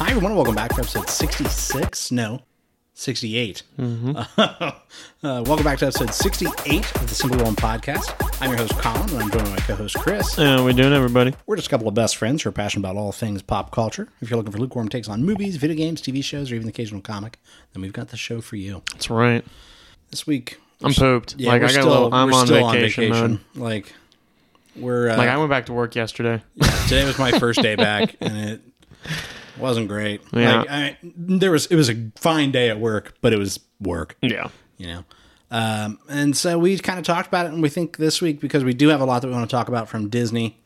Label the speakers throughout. Speaker 1: everyone, welcome back to episode 66. No, 68.
Speaker 2: Mm-hmm.
Speaker 1: Uh, welcome back to episode 68 of the Simple One Podcast. I'm your host, Colin, and I'm joined by my co host, Chris.
Speaker 2: Yeah, we doing everybody.
Speaker 1: We're just a couple of best friends who are passionate about all things pop culture. If you're looking for lukewarm takes on movies, video games, TV shows, or even the occasional comic, then we've got the show for you.
Speaker 2: That's right.
Speaker 1: This week,
Speaker 2: I'm pooped. like
Speaker 1: we're
Speaker 2: I got a little, I'm
Speaker 1: we're
Speaker 2: on
Speaker 1: still
Speaker 2: vacation, mode.
Speaker 1: Like, we're. Uh,
Speaker 2: Like I went back to work yesterday.
Speaker 1: Today was my first day back, and it wasn't great.
Speaker 2: Yeah.
Speaker 1: Like, I, there was it was a fine day at work, but it was work,
Speaker 2: Yeah.
Speaker 1: you know. Um, and so we kind of talked about it, and we think this week because we do have a lot that we want to talk about from Disney,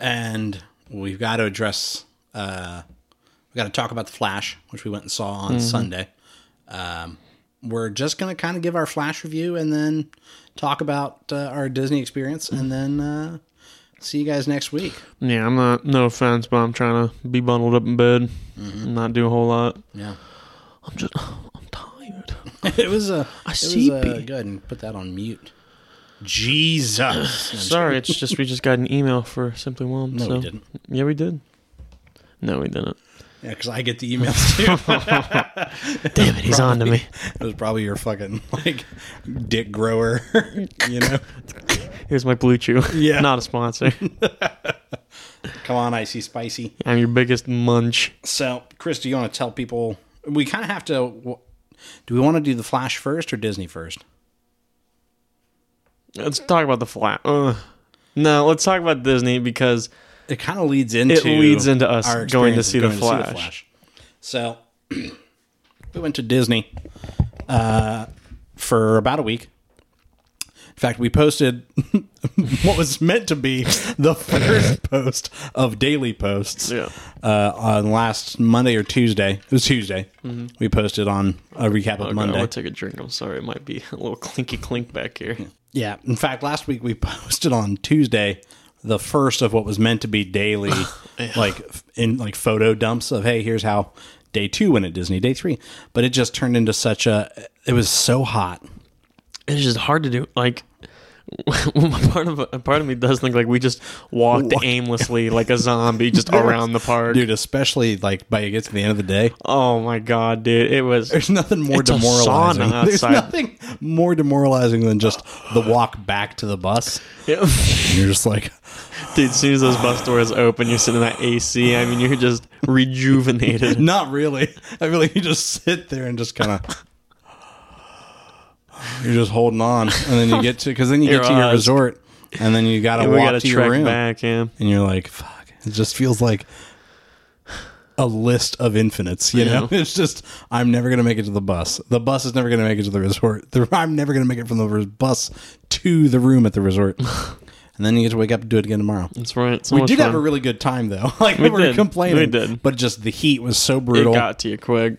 Speaker 1: and we've got to address. Uh, we got to talk about the Flash, which we went and saw on Sunday. Um, we're just going to kind of give our Flash review and then talk about uh, our Disney experience, and then uh, see you guys next week.
Speaker 2: Yeah, I'm not no offense, but I'm trying to be bundled up in bed
Speaker 1: Mm-hmm.
Speaker 2: and not do a whole lot.
Speaker 1: Yeah.
Speaker 2: I'm just I'm tired.
Speaker 1: It was a. I
Speaker 2: see
Speaker 1: Was a,
Speaker 2: pee.
Speaker 1: go ahead and put that on mute. Jesus.
Speaker 2: Sorry, it's just we just got an email for Simply Whelmed.
Speaker 1: No,
Speaker 2: so.
Speaker 1: we didn't.
Speaker 2: Yeah, we did. No, we didn't.
Speaker 1: Yeah, because I get the emails too.
Speaker 2: Damn it, he's on to me.
Speaker 1: it was probably your fucking like dick grower. you know,
Speaker 2: Here's my blue chew.
Speaker 1: Yeah.
Speaker 2: Not a sponsor.
Speaker 1: come on, icy spicy.
Speaker 2: I'm your biggest munch.
Speaker 1: So, Chris, do you want to tell people? We kind of have to. Do we want to do the Flash first or Disney first?
Speaker 2: Let's talk about the flat. Ugh. No, let's talk about Disney because
Speaker 1: It kind of leads into.
Speaker 2: leads into us
Speaker 1: our
Speaker 2: going to
Speaker 1: experience
Speaker 2: see
Speaker 1: of
Speaker 2: The
Speaker 1: going
Speaker 2: Flash.
Speaker 1: So, we went to Disney uh, for about a week. In fact, we posted what was meant to be the first post of daily posts
Speaker 2: Yeah.
Speaker 1: uh, on last Monday or Tuesday. It was Tuesday.
Speaker 2: Mm-hmm.
Speaker 1: We posted on a recap of
Speaker 2: I'm
Speaker 1: Monday.
Speaker 2: gonna take a drink. I'm sorry. It might be a little clinky clink back here.
Speaker 1: yeah. In fact, last week we posted on Tuesday the first of what was meant to be daily, like f- in like photo dumps of hey, here's how day two went at Disney, day three. But it just turned into such a. It was so hot.
Speaker 2: It's just hard to do. Like, part of part of me does think like we just walked
Speaker 1: Walked.
Speaker 2: aimlessly like a zombie just around the park.
Speaker 1: dude. Especially like by it gets to the end of the day,
Speaker 2: Oh my god, dude! It was
Speaker 1: there's nothing more
Speaker 2: It's a
Speaker 1: demoralizing.
Speaker 2: sauna
Speaker 1: There's
Speaker 2: outside.
Speaker 1: nothing more demoralizing than just the walk back to the bus. And you're just like,
Speaker 2: dude. As soon as those bus doors open, you're sitting in that AC. I mean, you're just rejuvenated.
Speaker 1: Not really. I feel like you just sit there and just kind of. You're just holding on, and then you get to because then you
Speaker 2: Your
Speaker 1: get to your
Speaker 2: eyes.
Speaker 1: resort, and then you gotta
Speaker 2: we
Speaker 1: walk
Speaker 2: gotta
Speaker 1: to your
Speaker 2: trek
Speaker 1: room,
Speaker 2: back. Yeah,
Speaker 1: and you're like, "Fuck!" It just feels like a list of infinites. You know, it's just I'm never gonna make it to the bus. The bus is never gonna make it to the resort. The, I'm never gonna make it from the res- bus to the room at the resort, and then you get to wake up and do it again tomorrow.
Speaker 2: that's right. So
Speaker 1: We
Speaker 2: much
Speaker 1: did have a
Speaker 2: fun.
Speaker 1: really good time though. Like we, were
Speaker 2: did.
Speaker 1: complaining,
Speaker 2: We did.
Speaker 1: but just the heat was so
Speaker 2: It
Speaker 1: brutal.
Speaker 2: got to you quick.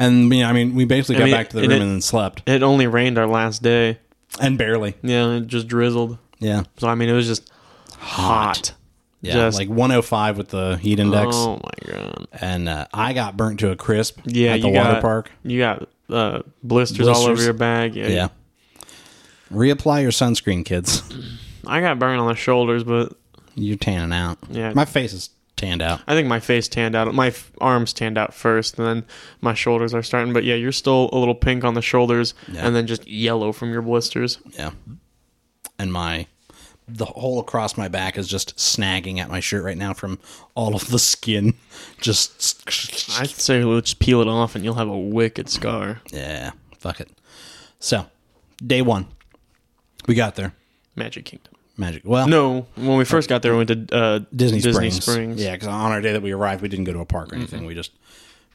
Speaker 1: And yeah, I mean, we basically got
Speaker 2: mean,
Speaker 1: back to the
Speaker 2: and
Speaker 1: room
Speaker 2: it-
Speaker 1: and then slept,
Speaker 2: It only rained our last day.
Speaker 1: and barely.
Speaker 2: Yeah, it just drizzled.
Speaker 1: Yeah,
Speaker 2: So I mean, it was just hot.
Speaker 1: yeah,
Speaker 2: Just-
Speaker 1: like 105 with the heat index,
Speaker 2: Oh my god.
Speaker 1: and uh, I got burnt to a crisp.
Speaker 2: Yeah,
Speaker 1: at the
Speaker 2: you
Speaker 1: water
Speaker 2: got,
Speaker 1: park.
Speaker 2: You got uh, blisters, all over
Speaker 1: Blisters.
Speaker 2: your bag. Yeah,
Speaker 1: Yeah, reapply your sunscreen, kids.
Speaker 2: I got burned on the shoulders, but
Speaker 1: You're tanning out.
Speaker 2: Yeah.
Speaker 1: my face is tanned out.
Speaker 2: I think my face tanned out. My f- arms tanned out first, and then my shoulders are starting. But yeah, you're still a little pink on the shoulders, and then just yellow from your blisters.
Speaker 1: Yeah, and my the hole across my back is just snagging at my shirt right now from all of the skin. Just
Speaker 2: I'd say let's peel it off, and you'll have a wicked scar.
Speaker 1: yeah, fuck it. So, day one, we got there.
Speaker 2: Magic Kingdom.
Speaker 1: Magic. Well,
Speaker 2: No, when we first got there, we went to uh,
Speaker 1: Disney,
Speaker 2: Disney
Speaker 1: Springs.
Speaker 2: Springs.
Speaker 1: Yeah, because on our day that we arrived, we didn't go to a park or anything. We just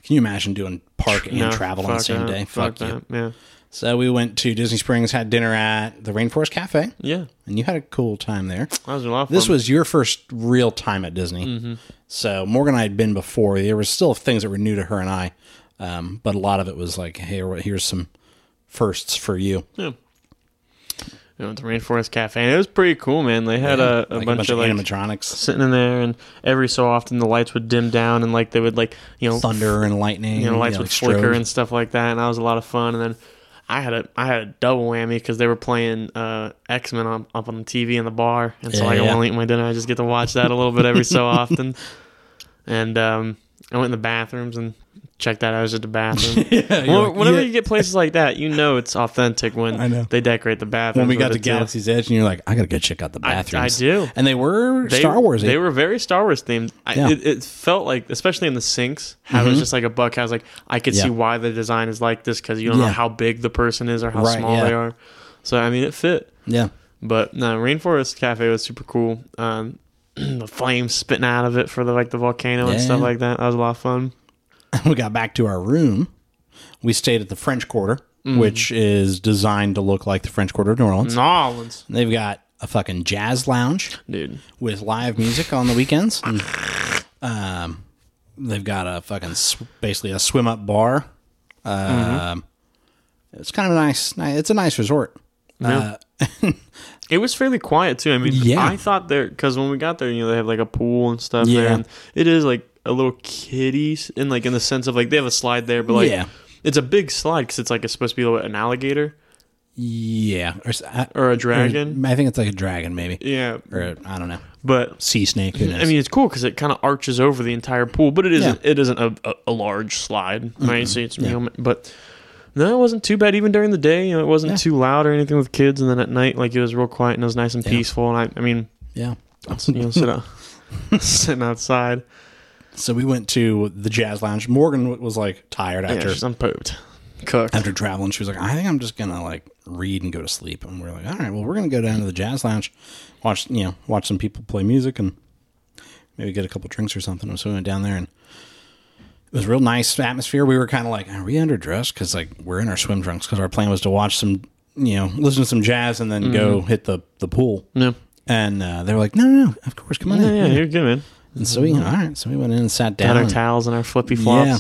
Speaker 1: can you imagine doing park and
Speaker 2: No,
Speaker 1: travel on the
Speaker 2: fuck
Speaker 1: same
Speaker 2: that,
Speaker 1: day? Fuck, you.
Speaker 2: that, Yeah,
Speaker 1: So we went to Disney Springs, had dinner at the Rainforest Cafe,
Speaker 2: yeah.
Speaker 1: and you had a cool time there.
Speaker 2: That was a lot of
Speaker 1: This
Speaker 2: fun.
Speaker 1: was your first real time at Disney.
Speaker 2: mm-hmm.
Speaker 1: So Morgan and I had been before. There was still things that were new to her and I, um, but a lot of it was like, hey, here's some firsts for you.
Speaker 2: We went to Rainforest Cafe, and it was pretty cool, man. They had a, a,
Speaker 1: Like
Speaker 2: bunch of like
Speaker 1: animatronics,
Speaker 2: sitting in there, and every so often the lights would dim down, and like they would like you know
Speaker 1: thunder and lightning.
Speaker 2: you know lights
Speaker 1: yeah,
Speaker 2: would
Speaker 1: like
Speaker 2: flicker
Speaker 1: strobes.
Speaker 2: and stuff like that, and that was a lot of fun. And then I had a I had a double whammy because they were playing uh, X Men up, up on the TV in the bar, and so
Speaker 1: Yeah,
Speaker 2: like I
Speaker 1: yeah.
Speaker 2: want to eat my dinner. I just get to watch that a little bit every so often, and um, I went in the bathrooms and checked that out. I was at the bathroom.
Speaker 1: yeah, you're
Speaker 2: Well,
Speaker 1: like,
Speaker 2: whenever
Speaker 1: yeah.
Speaker 2: you get places like that, you know it's authentic when
Speaker 1: I know.
Speaker 2: they decorate the bathrooms.
Speaker 1: when we got
Speaker 2: with
Speaker 1: to
Speaker 2: it, too.
Speaker 1: Galaxy's Edge, and you're like, I gotta go check out the
Speaker 2: I
Speaker 1: bathrooms.
Speaker 2: do.
Speaker 1: and they were
Speaker 2: They-
Speaker 1: Star Wars. eh?
Speaker 2: They were very Star Wars themed. I,
Speaker 1: Yeah. Mm-hmm.
Speaker 2: it, it felt like, especially in the sinks, how it was just like a buck. I was like, I could
Speaker 1: Yeah.
Speaker 2: see why the design is like this because you don't know
Speaker 1: Yeah.
Speaker 2: how big the person is or how
Speaker 1: Right,
Speaker 2: small they
Speaker 1: yeah.
Speaker 2: are. So I mean, it fit.
Speaker 1: yeah,
Speaker 2: But no, Rainforest Cafe was super cool. Um, the flames spitting out of it for the like the volcano and stuff
Speaker 1: Yeah.
Speaker 2: like that. That was a lot of fun.
Speaker 1: we got back to our room. We stayed at the French Quarter,
Speaker 2: Mm-hmm.
Speaker 1: which is designed to look like the French Quarter of New Orleans.
Speaker 2: Nolans,
Speaker 1: They've got a fucking jazz lounge
Speaker 2: dude.
Speaker 1: with live music on the weekends. And, um, they've got a fucking sw- basically a swim up bar. Um,
Speaker 2: Mm-hmm.
Speaker 1: It's kind of nice. ni- It's a nice resort. Uh,
Speaker 2: Yeah. It was fairly quiet too. I mean,
Speaker 1: Yeah.
Speaker 2: I thought there because when we got there, you know, they have like a pool and stuff. there,
Speaker 1: Yeah.
Speaker 2: and it is like a little kiddie, s- in like in the sense of like they have a slide there, but like
Speaker 1: Yeah.
Speaker 2: it's a big slide because it's like it's supposed to be like an alligator
Speaker 1: Yeah, or, s- I-
Speaker 2: or a dragon.
Speaker 1: I think it's like a dragon, maybe,
Speaker 2: yeah,
Speaker 1: or a- I don't know,
Speaker 2: but
Speaker 1: sea snake. Who knows?
Speaker 2: I mean, it's cool because it kind of arches over the entire pool, but it isn't
Speaker 1: Yeah.
Speaker 2: it isn't a, a, a large slide, right? So it's you know, but. No, it wasn't too bad even during the day. You know, it wasn't
Speaker 1: Yeah.
Speaker 2: too loud or anything with kids. And then at night, like it was real quiet and it was nice and peaceful. And I, I mean,
Speaker 1: yeah.
Speaker 2: you know, sit out, sitting outside.
Speaker 1: So we went to the jazz lounge. Morgan w- was like tired
Speaker 2: Yeah,
Speaker 1: after
Speaker 2: she's- I'm pooped. Cooked.
Speaker 1: after traveling. She was like, I think I'm just gonna like read and go to sleep. And we are like, all right, well, we're gonna go down to the jazz lounge, watch you know, watch some people play music and maybe get a couple drinks or something. And so we went down there and it was a real nice atmosphere. We were kind of like, are we underdressed? Because like we're in our swim trunks because our plan was to watch some, you know, listen to some jazz and then go
Speaker 2: Mm-hmm.
Speaker 1: hit the the pool.
Speaker 2: No.
Speaker 1: And uh, they were like, no, no, no, of course, come on
Speaker 2: Yeah,
Speaker 1: in.
Speaker 2: yeah, you're good, man.
Speaker 1: And so we, all right, so we went in and sat down.
Speaker 2: Mm-hmm. Had our
Speaker 1: and-
Speaker 2: towels and our flippy flops.
Speaker 1: Yeah,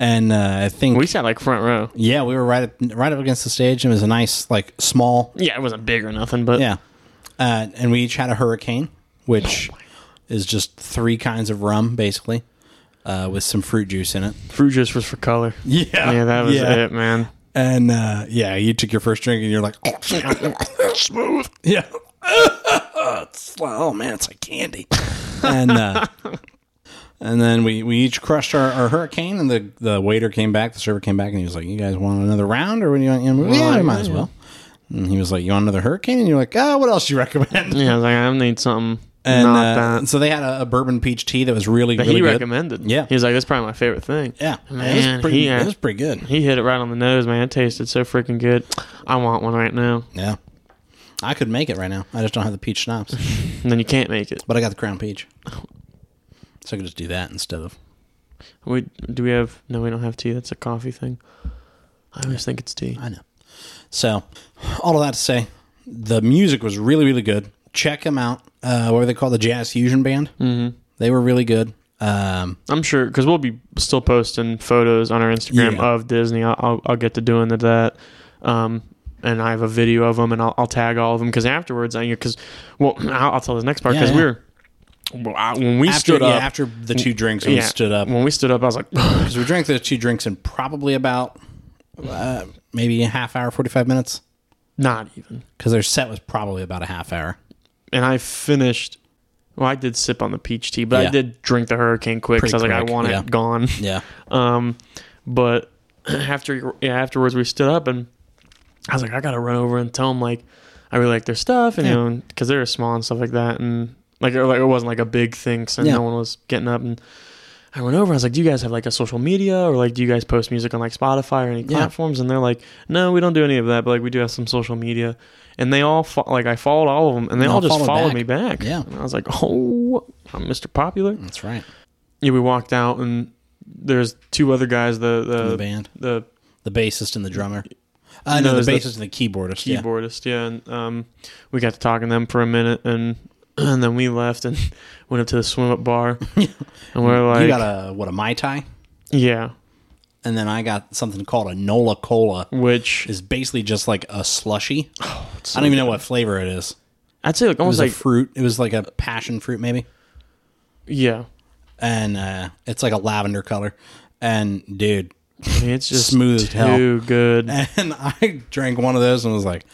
Speaker 1: and uh, I think
Speaker 2: We sat like front row.
Speaker 1: yeah, we were right up, right up against the stage. It was a nice like small
Speaker 2: Yeah, it wasn't big or nothing, but
Speaker 1: yeah, uh, and we each had a hurricane,
Speaker 2: Oh
Speaker 1: which is just three kinds of rum basically, uh, with some fruit juice in it.
Speaker 2: fruit juice was for color.
Speaker 1: Yeah,
Speaker 2: Yeah, that was
Speaker 1: yeah.
Speaker 2: it, man.
Speaker 1: And uh, yeah, you took your first drink and you're like "Oh, smooth. Yeah. It's like, oh man, it's like candy. And uh, and then we, we each crushed our, our hurricane and the, the waiter came back, the server came back and he was like, You guys want another round or what do you want you know, Yeah, we might as well. And he was like, You want another hurricane? And you're like, Oh, what else do you recommend?
Speaker 2: Yeah, I was like, I need something.
Speaker 1: And
Speaker 2: not
Speaker 1: uh,
Speaker 2: that.
Speaker 1: so they had a, a bourbon peach tea that was really,
Speaker 2: But
Speaker 1: really
Speaker 2: he
Speaker 1: good.
Speaker 2: recommended.
Speaker 1: Yeah.
Speaker 2: He was like, that's probably my favorite thing.
Speaker 1: yeah. it
Speaker 2: Man,
Speaker 1: was pretty
Speaker 2: he, uh,
Speaker 1: it was pretty good.
Speaker 2: He hit it right on the nose, man. It tasted so freaking good. I want one right now.
Speaker 1: Yeah. I could make it right now. I just don't have the peach schnapps.
Speaker 2: And then you can't make it.
Speaker 1: But I got the crown peach. So I could just do that instead of.
Speaker 2: We, do we have. No, we don't have tea. That's a coffee thing. I always think it's tea.
Speaker 1: I know. So, all of that to say, the music was really, really good. Check them out. Uh, what were they called? The Jazz Fusion Band. Mm-hmm. They were really good. Um,
Speaker 2: I'm sure because we'll be still posting photos on our Instagram
Speaker 1: Yeah.
Speaker 2: of Disney. I'll, I'll I'll get to doing the, that, um, and I have a video of them, and I'll, I'll tag all of them because afterwards, I because well, I'll, I'll tell this next part
Speaker 1: Yeah,
Speaker 2: because
Speaker 1: yeah.
Speaker 2: we were well, I, when we
Speaker 1: after,
Speaker 2: stood
Speaker 1: yeah,
Speaker 2: up
Speaker 1: after the two drinks, we
Speaker 2: yeah,
Speaker 1: stood up.
Speaker 2: when we stood up, I was like, yeah,
Speaker 1: Because we drank those two drinks in probably about uh, maybe a half hour, 45 minutes.
Speaker 2: not even.
Speaker 1: Because their set was probably about a half hour.
Speaker 2: And I finished. Well, I did sip on the peach tea, but I
Speaker 1: Yeah.
Speaker 2: did drink the hurricane quick.
Speaker 1: Pretty
Speaker 2: so I was like,
Speaker 1: quick,
Speaker 2: I want
Speaker 1: yeah.
Speaker 2: it gone.
Speaker 1: Yeah.
Speaker 2: Um, but after yeah, afterwards we stood up and I was like, I gotta run over and tell them like I really like their stuff and you
Speaker 1: Yeah.
Speaker 2: know because they're small and stuff like that and like it, like it wasn't like a big thing so
Speaker 1: Yeah.
Speaker 2: no one was getting up and I went over. I was like, do you guys have like a social media or like do you guys post music on like Spotify or any
Speaker 1: Yeah.
Speaker 2: platforms? And they're like, no, we don't do any of that, but like we do have some social media. And they all fo- like I followed all of them and they
Speaker 1: They
Speaker 2: all
Speaker 1: all
Speaker 2: just
Speaker 1: followed
Speaker 2: followed,
Speaker 1: back.
Speaker 2: me back.
Speaker 1: Yeah.
Speaker 2: and I was like, oh, I'm Mr. Popular
Speaker 1: That's right.
Speaker 2: yeah, we walked out and there's two other guys, the the,
Speaker 1: the band.
Speaker 2: the
Speaker 1: The bassist and the drummer. Uh, no,
Speaker 2: No, it's
Speaker 1: the
Speaker 2: the
Speaker 1: bassist and the keyboardist. yeah.
Speaker 2: keyboardist, yeah. And um, we got to talking to them for a minute and and then we left and went up to the swim up bar and we we're like,
Speaker 1: you got a, what, a Mai Tai?
Speaker 2: yeah,
Speaker 1: and then I got something called a Nola Cola,
Speaker 2: Mm. which
Speaker 1: is basically just like a slushy.
Speaker 2: Oh,
Speaker 1: I don't even know what flavor it is.
Speaker 2: I'd say like
Speaker 1: It was
Speaker 2: almost
Speaker 1: like
Speaker 2: like
Speaker 1: a fruit. It was like a passion fruit, maybe,
Speaker 2: yeah,
Speaker 1: and uh, it's like a lavender color. And dude,
Speaker 2: I mean, it's just
Speaker 1: Smooth as hell.
Speaker 2: too good.
Speaker 1: and I drank one of those and was like,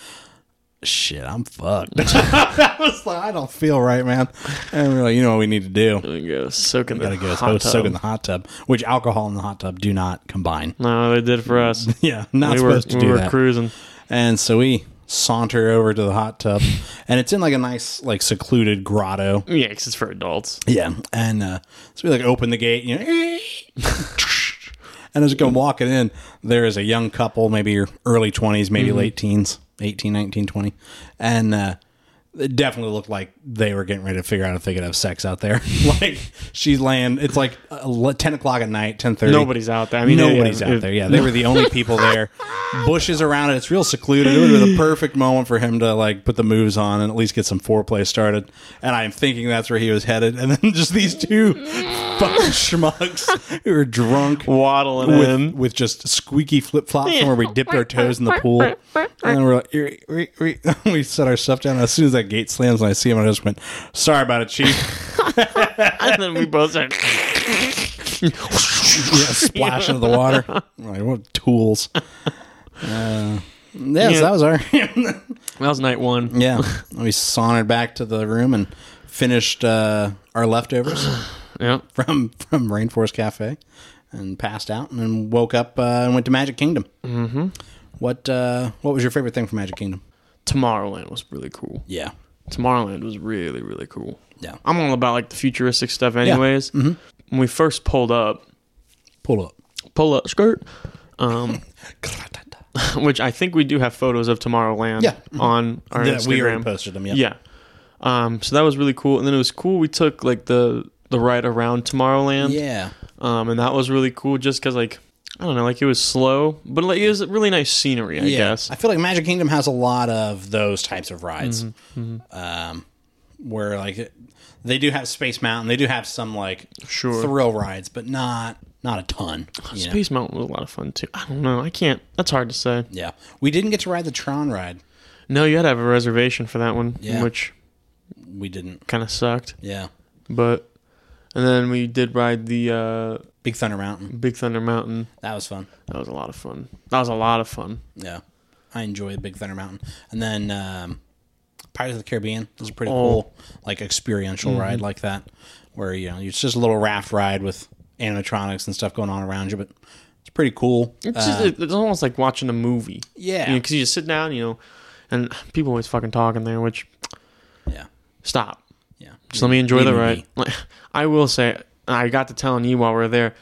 Speaker 1: shit, I'm fucked. I was like, I don't feel right, man. And we are like, you know what we need to do?
Speaker 2: There you go. Soak in
Speaker 1: We gotta
Speaker 2: the
Speaker 1: go
Speaker 2: hot
Speaker 1: soak,
Speaker 2: tub.
Speaker 1: soak in the hot tub, which alcohol and the hot tub do not combine.
Speaker 2: no, they did for us.
Speaker 1: Yeah, not
Speaker 2: we were,
Speaker 1: supposed
Speaker 2: we
Speaker 1: to do
Speaker 2: were
Speaker 1: that.
Speaker 2: cruising.
Speaker 1: And so we saunter over to the hot tub, and it's in like a nice, like secluded grotto.
Speaker 2: Yeah, 'cause it's for adults.
Speaker 1: Yeah, and uh, so we like open the gate, you know, and as we come walking in, there is a young couple, maybe your early twenties, maybe
Speaker 2: Mm-hmm.
Speaker 1: late teens, 18, 19, 20. and uh, it definitely looked like they were getting ready to figure out if they could have sex out there. like she's laying, it's like uh, ten o'clock at night, ten thirty.
Speaker 2: Nobody's out there. I mean,
Speaker 1: Nobody's
Speaker 2: yeah,
Speaker 1: out
Speaker 2: if-
Speaker 1: there. Yeah, they were the only people there. Bushes around it. It's real secluded. It would have been the perfect moment for him to like put the moves on and at least get some foreplay started. And I'm thinking that's where he was headed. And then just these two fucking schmucks who are drunk
Speaker 2: Waddling
Speaker 1: with,
Speaker 2: in.
Speaker 1: with just squeaky flip flops from where we dipped our toes in the pool. And then we're like, "Eerie, eerie, eerie." we set our stuff down. And as soon as that gate slams and I see him, I just went, sorry about it, chief.
Speaker 2: and then we both said,
Speaker 1: yeah, splash into the water. I'm like, what tools? Uh, yeah, so
Speaker 2: Yeah.
Speaker 1: that was our.
Speaker 2: that was night one.
Speaker 1: yeah. We sauntered back to the room and finished uh, our leftovers
Speaker 2: Yeah.
Speaker 1: from, from Rainforest Cafe and passed out and then woke up uh, and went to Magic Kingdom. Mm-hmm. What, uh, what was your favorite thing from Magic Kingdom?
Speaker 2: Tomorrowland was really cool.
Speaker 1: Yeah.
Speaker 2: Tomorrowland was really, really cool.
Speaker 1: Yeah. Mm-hmm.
Speaker 2: I'm all about like the futuristic stuff, anyways. When we first pulled up,
Speaker 1: Pull up.
Speaker 2: pull up skirt, um, which I think we do have photos of Tomorrowland
Speaker 1: Yeah. Mm-hmm.
Speaker 2: on our
Speaker 1: Yeah,
Speaker 2: Instagram.
Speaker 1: we already posted them, yeah.
Speaker 2: Yeah. Um, so that was really cool. And then it was cool. We took like the the ride around Tomorrowland.
Speaker 1: Yeah.
Speaker 2: Um, and that was really cool just because like I don't know, like it was slow, but like it was really nice scenery, I
Speaker 1: yeah.
Speaker 2: guess.
Speaker 1: I feel like Magic Kingdom has a lot of those types of rides, um, where like it- they do have Space Mountain, they do have some like
Speaker 2: Sure.
Speaker 1: thrill rides, but not not a ton. you know?
Speaker 2: Space Mountain was a lot of fun too. I don't know. I can't. That's hard to say.
Speaker 1: Yeah, we didn't get to ride the Tron ride.
Speaker 2: No, you had to have a reservation for that one,
Speaker 1: Yeah.
Speaker 2: which
Speaker 1: We didn't.
Speaker 2: kind of sucked.
Speaker 1: Yeah,
Speaker 2: But and then we did ride the uh,
Speaker 1: Big Thunder Mountain.
Speaker 2: Big Thunder Mountain.
Speaker 1: That was fun.
Speaker 2: That was a lot of fun. That was a lot of fun.
Speaker 1: Yeah, I enjoyed Big Thunder Mountain, and then um, Pirates of the Caribbean was a pretty
Speaker 2: Oh. Mm-hmm.
Speaker 1: cool, like experiential ride like that, where you know it's just a little raft ride with animatronics and stuff going on around you, but it's pretty cool.
Speaker 2: It's,
Speaker 1: Uh,
Speaker 2: just, it's almost like watching a movie.
Speaker 1: Yeah.
Speaker 2: because you just sit down, you know, and people always fucking talking there. Which
Speaker 1: yeah,
Speaker 2: stop.
Speaker 1: yeah.
Speaker 2: Just let me enjoy the
Speaker 1: Leave me
Speaker 2: ride. Like, I will say, I got to telling you while we are there,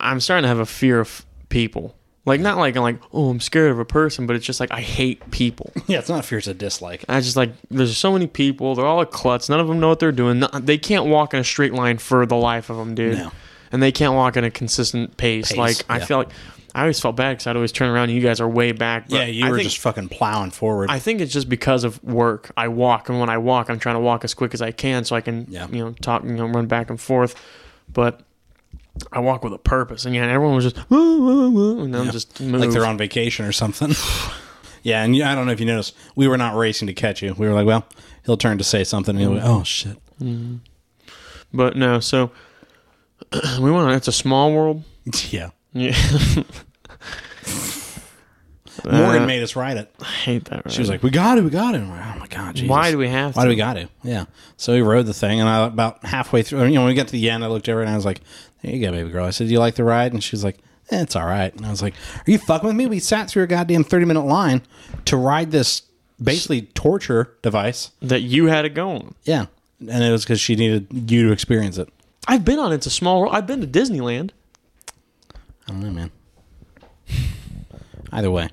Speaker 2: I'm starting to have a fear of people. Like not like I'm like oh I'm scared of a person, but it's just like I hate people.
Speaker 1: Yeah, it's not a fear; it's a dislike.
Speaker 2: I just like there's so many people. They're all a klutz. None of them know what they're doing. No- They can't walk in a straight line for the life of them, dude.
Speaker 1: No.
Speaker 2: And they can't walk in a consistent pace.
Speaker 1: Pace,
Speaker 2: like I
Speaker 1: yeah.
Speaker 2: feel like I always felt bad because I'd always turn around and you guys are way back. but
Speaker 1: Yeah, you
Speaker 2: I
Speaker 1: were
Speaker 2: think,
Speaker 1: just fucking plowing forward.
Speaker 2: I think it's just because of work. I walk, and when I walk, I'm trying to walk as quick as I can so I can,
Speaker 1: Yeah.
Speaker 2: you know, talk and you know, run back and forth. But I walk with a purpose, and yeah, everyone was just woo, woo, woo, and I'm just moved.
Speaker 1: like they're on vacation or something. yeah, and you- I don't know if you noticed, we were not racing to catch you. We were like, well, he'll turn to say something, and he'll go, oh shit.
Speaker 2: But no, so we went. on It's a small world.
Speaker 1: Yeah,
Speaker 2: Yeah.
Speaker 1: Morgan
Speaker 2: Uh,
Speaker 1: made us ride it.
Speaker 2: I hate that. Right?
Speaker 1: She was like, "We got it, we got it." And we're like, oh my god, Jesus.
Speaker 2: "Why do we have?
Speaker 1: Why
Speaker 2: to?
Speaker 1: do we got to? Yeah. So we rode the thing, and I about halfway through, you know, when we got to the end, I looked over and I was like, "There you go, baby girl." I said, "Do you like the ride?" And she was like, eh, "It's all right." And I was like, "Are you fucking with me? We sat through a goddamn thirty minute line to ride this basically torture device."
Speaker 2: that you had it going?
Speaker 1: Yeah, and it was because she needed you to experience it.
Speaker 2: I've been on It's a Small World. I've been to Disneyland.
Speaker 1: I don't know, man. Either way,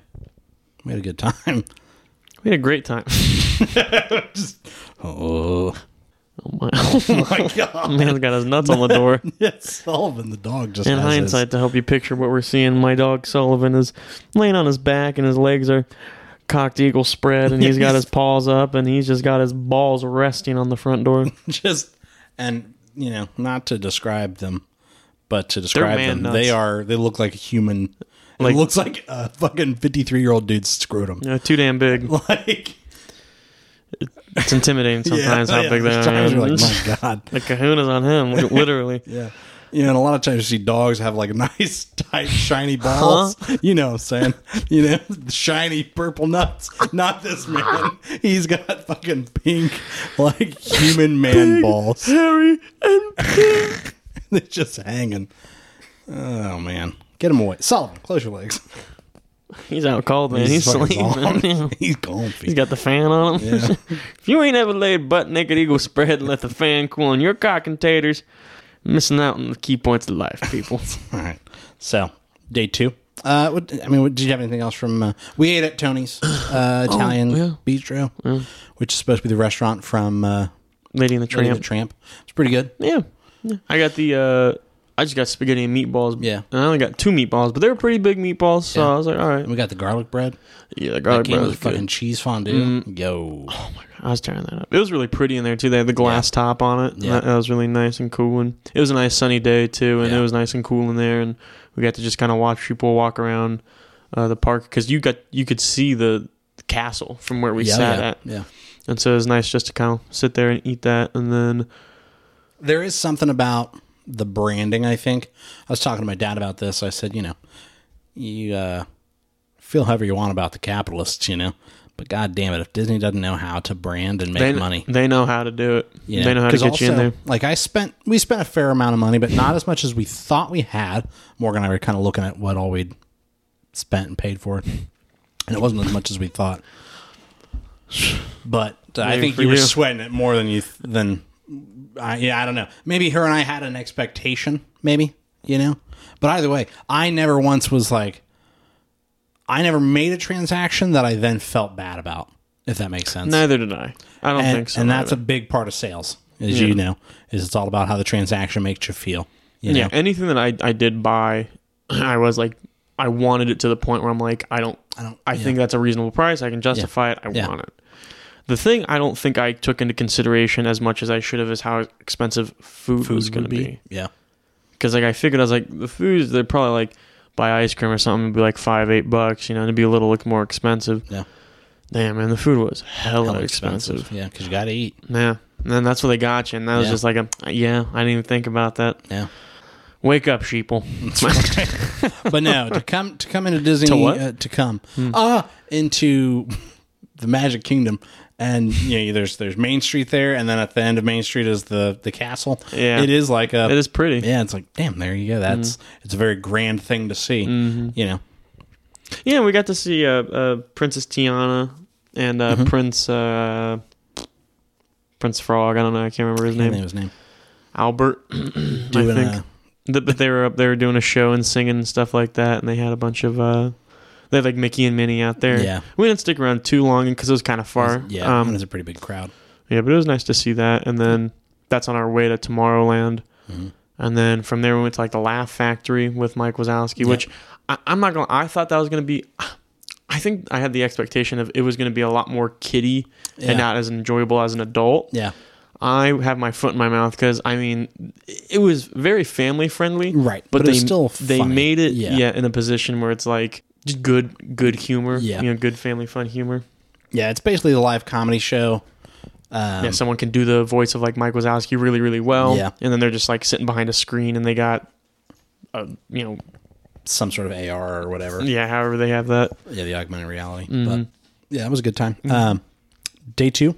Speaker 1: we had a good time.
Speaker 2: We had a great time.
Speaker 1: Oh,
Speaker 2: Oh my, oh
Speaker 1: my god!
Speaker 2: my man's got his nuts on the door.
Speaker 1: Sullivan the dog just
Speaker 2: In
Speaker 1: has his-
Speaker 2: hindsight, to help you picture what we're seeing, my dog Sullivan is laying on his back and his legs are cocked eagle spread, and he's got his paws up and he's just got his balls resting on the front door.
Speaker 1: just and you know not to describe them but to
Speaker 2: They're
Speaker 1: describe
Speaker 2: man
Speaker 1: them
Speaker 2: nuts.
Speaker 1: they are they look like a human
Speaker 2: Like-
Speaker 1: it looks like a fucking 53 year old dude's scrotum
Speaker 2: You know, Uh, too damn big.
Speaker 1: like
Speaker 2: It's intimidating sometimes how
Speaker 1: yeah,
Speaker 2: big they
Speaker 1: there's times
Speaker 2: are.
Speaker 1: you're like my god
Speaker 2: The kahuna's on him, li- literally.
Speaker 1: yeah You know, and a lot of times you see dogs have like nice, tight, shiny balls. You know what I'm saying? You know, shiny purple nuts. Not this man. He's got fucking pink, like human man balls.
Speaker 2: Harry and
Speaker 1: They're just hanging. Oh, man. Get him away. Sullivan, close your legs.
Speaker 2: he's out cold, man. He's,
Speaker 1: fucking
Speaker 2: sleeping.
Speaker 1: gone. He's gone.
Speaker 2: He's got the fan on him.
Speaker 1: Yeah.
Speaker 2: if you ain't ever laid butt naked eagle spread and let the fan cool on your cock and taters, missing out on the key points of life, people.
Speaker 1: All right. So day two. Uh, what, I mean, what, did you have anything else from? Uh, we ate at Tony's uh, Italian
Speaker 2: Oh, yeah.
Speaker 1: Bistro, which is supposed to be the restaurant from uh,
Speaker 2: Lady and the
Speaker 1: Lady of
Speaker 2: Tramp.
Speaker 1: the Tramp. It's pretty good.
Speaker 2: yeah. yeah. I got the. uh I just got spaghetti and meatballs.
Speaker 1: Yeah.
Speaker 2: And I only got two meatballs, but they were pretty big meatballs. So
Speaker 1: Yeah.
Speaker 2: I was like, all right.
Speaker 1: And we got the garlic bread.
Speaker 2: Yeah, the
Speaker 1: That
Speaker 2: garlic
Speaker 1: came
Speaker 2: bread
Speaker 1: with
Speaker 2: was good. Mm-hmm. Oh,
Speaker 1: fucking cheese fondue. Yo,
Speaker 2: I was tearing that up. It was really pretty in there too. They had the glass top on it.
Speaker 1: Yeah.
Speaker 2: That, that was really nice and cool. And it was a nice sunny day too, and
Speaker 1: Yeah.
Speaker 2: it was nice and cool in there. And we got to just kind of watch people walk around uh, the park because you got you could see the castle from where we
Speaker 1: yeah,
Speaker 2: sat
Speaker 1: yeah,
Speaker 2: at,
Speaker 1: yeah.
Speaker 2: and so it was nice just to kind of sit there and eat that. And then
Speaker 1: There is something about the branding. I think I was talking to my dad about this. I said, you know, you uh, feel however you want about the capitalists, you know, but god damn it, if Disney doesn't know how to brand and make
Speaker 2: they
Speaker 1: money,
Speaker 2: they know how to do it.
Speaker 1: Yeah,
Speaker 2: They know how to
Speaker 1: 'cause
Speaker 2: get you in
Speaker 1: also,
Speaker 2: there.
Speaker 1: Like I spent, we spent a fair amount of money, but not as much as we thought we had. Morgan and I were kind of looking at what all we'd spent and paid for, and it wasn't as much as we thought. But uh, I
Speaker 2: Maybe
Speaker 1: think
Speaker 2: for
Speaker 1: you were
Speaker 2: you.
Speaker 1: sweating it more than you th- than. I yeah, I don't know. Maybe her and I had an expectation. Maybe you know. But either way, I never once was like, I never made a transaction that I then felt bad about. If that makes sense
Speaker 2: Neither did I. I don't
Speaker 1: and,
Speaker 2: think so.
Speaker 1: and that's a
Speaker 2: either.
Speaker 1: big part of sales, as you know, is it's all about how the transaction makes you feel. You
Speaker 2: yeah.
Speaker 1: know?
Speaker 2: Anything that I I did buy, I was like. I wanted it to the point where I'm like, I don't
Speaker 1: I don't.
Speaker 2: I
Speaker 1: yeah.
Speaker 2: think that's a reasonable price. I can justify it. I
Speaker 1: Yeah.
Speaker 2: want it. The thing I don't think I took into consideration as much as I should have is how expensive food, was
Speaker 1: Food
Speaker 2: going to
Speaker 1: would
Speaker 2: be.
Speaker 1: Yeah.
Speaker 2: Because like I figured, I was like, the foods they're probably like buy ice cream or something would be like five eight bucks. You know, it'd be a little like more expensive.
Speaker 1: Yeah.
Speaker 2: Damn, man, the food was hella,
Speaker 1: Hella
Speaker 2: expensive.
Speaker 1: Yeah, because you got to eat.
Speaker 2: Yeah. And then that's what they got you, and that was
Speaker 1: Yeah.
Speaker 2: just like a yeah. I didn't even think about that.
Speaker 1: Yeah.
Speaker 2: Wake up, sheeple.
Speaker 1: but no, to come to come into Disney
Speaker 2: To what? Hmm.
Speaker 1: Uh, to come uh, into the Magic Kingdom, and you know, there's there's Main Street there, and then at the end of Main Street is the the castle.
Speaker 2: Yeah.
Speaker 1: It is like a.
Speaker 2: It is Hmm. pretty.
Speaker 1: yeah, it's like damn. There you go. That's it's a very grand thing to see.
Speaker 2: Hmm. Mm-hmm.
Speaker 1: You know,
Speaker 2: Yeah, we got to see uh, uh, Princess Tiana and uh, Prince uh, Prince Frog. I don't know. I can't remember uh, his
Speaker 1: I
Speaker 2: name.
Speaker 1: think it was name. uh,
Speaker 2: Albert. I
Speaker 1: Doing
Speaker 2: think.
Speaker 1: a-
Speaker 2: Th- but they were up there doing a show and singing and stuff like that, and they had a bunch of. Uh, they had like Mickey and Minnie out there.
Speaker 1: Yeah.
Speaker 2: we didn't stick around too long because it was kind of far.
Speaker 1: yeah,
Speaker 2: um,
Speaker 1: it was a pretty big crowd.
Speaker 2: yeah, but it was nice to see that. And then that's on our way to Tomorrowland.
Speaker 1: Mm-hmm.
Speaker 2: And then from there, we went to like the Laugh Factory with Mike Wazowski, which I, I'm not going to, I thought that was going to be, I think I had the expectation of it was going to be a lot more kiddie
Speaker 1: Yeah.
Speaker 2: and not as enjoyable as an adult.
Speaker 1: Yeah.
Speaker 2: I have my foot in my mouth because, I mean, it was very family friendly.
Speaker 1: Right,
Speaker 2: But,
Speaker 1: but it
Speaker 2: they
Speaker 1: was still
Speaker 2: they
Speaker 1: funny.
Speaker 2: made it,
Speaker 1: Yeah.
Speaker 2: yeah. in a position where it's like, just good, good humor,
Speaker 1: Yeah.
Speaker 2: you know, good family fun humor.
Speaker 1: Yeah, it's basically a live comedy show. Um,
Speaker 2: yeah, someone can do the voice of like Mike Wazowski really, really well.
Speaker 1: Yeah.
Speaker 2: And then they're just like sitting behind a screen and they got, uh, you know,
Speaker 1: Some sort of AR or whatever.
Speaker 2: yeah, Mm-hmm. however they have that.
Speaker 1: Yeah, the augmented reality. But yeah, it was a good
Speaker 2: Mm-hmm.
Speaker 1: time. Um, day two,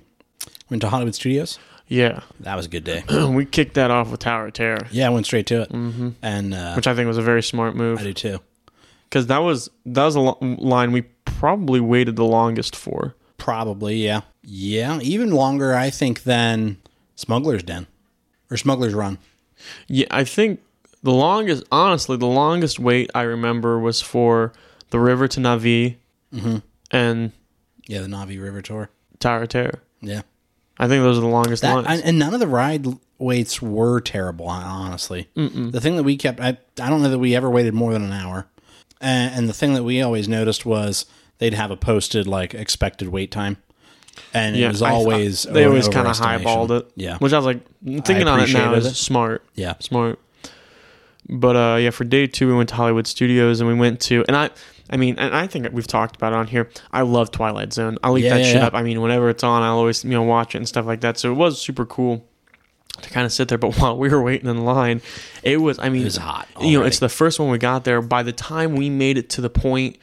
Speaker 1: went to Hollywood Studios.
Speaker 2: Yeah.
Speaker 1: That was a good day.
Speaker 2: we kicked that off with Tower of Terror,
Speaker 1: yeah, I went straight to it, and uh,
Speaker 2: Mm-hmm. which I think was a very smart
Speaker 1: I
Speaker 2: move
Speaker 1: do too.
Speaker 2: because that was, that was a lo- line we probably waited the longest for.
Speaker 1: Probably, yeah, yeah, even longer, I think, than Smuggler's Den or Smuggler's Run.
Speaker 2: Yeah. I think the longest, honestly, the longest wait I remember was for the river to Navi
Speaker 1: Mm-hmm.
Speaker 2: and
Speaker 1: Yeah, the Navi River tour.
Speaker 2: Tower of Terror.
Speaker 1: Yeah,
Speaker 2: I think those are the longest
Speaker 1: That,
Speaker 2: lines.
Speaker 1: and and none of the ride l- waits were terrible, hon- honestly. The thing that we kept, I, I don't know that we ever waited more than an hour. And, and the thing that we always noticed was they'd have a posted, like, expected wait time. And it was
Speaker 2: I- I-
Speaker 1: always.
Speaker 2: they always kind of highballed it.
Speaker 1: Yeah.
Speaker 2: which I was like thinking on it now
Speaker 1: appreciated
Speaker 2: is
Speaker 1: it.
Speaker 2: smart,
Speaker 1: Yeah.
Speaker 2: smart. But uh, yeah, for day two we went to Hollywood Studios and we went to and I, I mean, and I think we've talked about it on here. I love Twilight Zone. I'll eat
Speaker 1: Yeah,
Speaker 2: that
Speaker 1: yeah,
Speaker 2: shit
Speaker 1: yeah.
Speaker 2: up. I mean, whenever it's on, I'll always you know watch it and stuff like that. So it was super cool. to kind of sit there. But while we were waiting in line, it was I mean
Speaker 1: It was hot
Speaker 2: You know,
Speaker 1: already.
Speaker 2: it's the first one we got there. By the time we made it to the point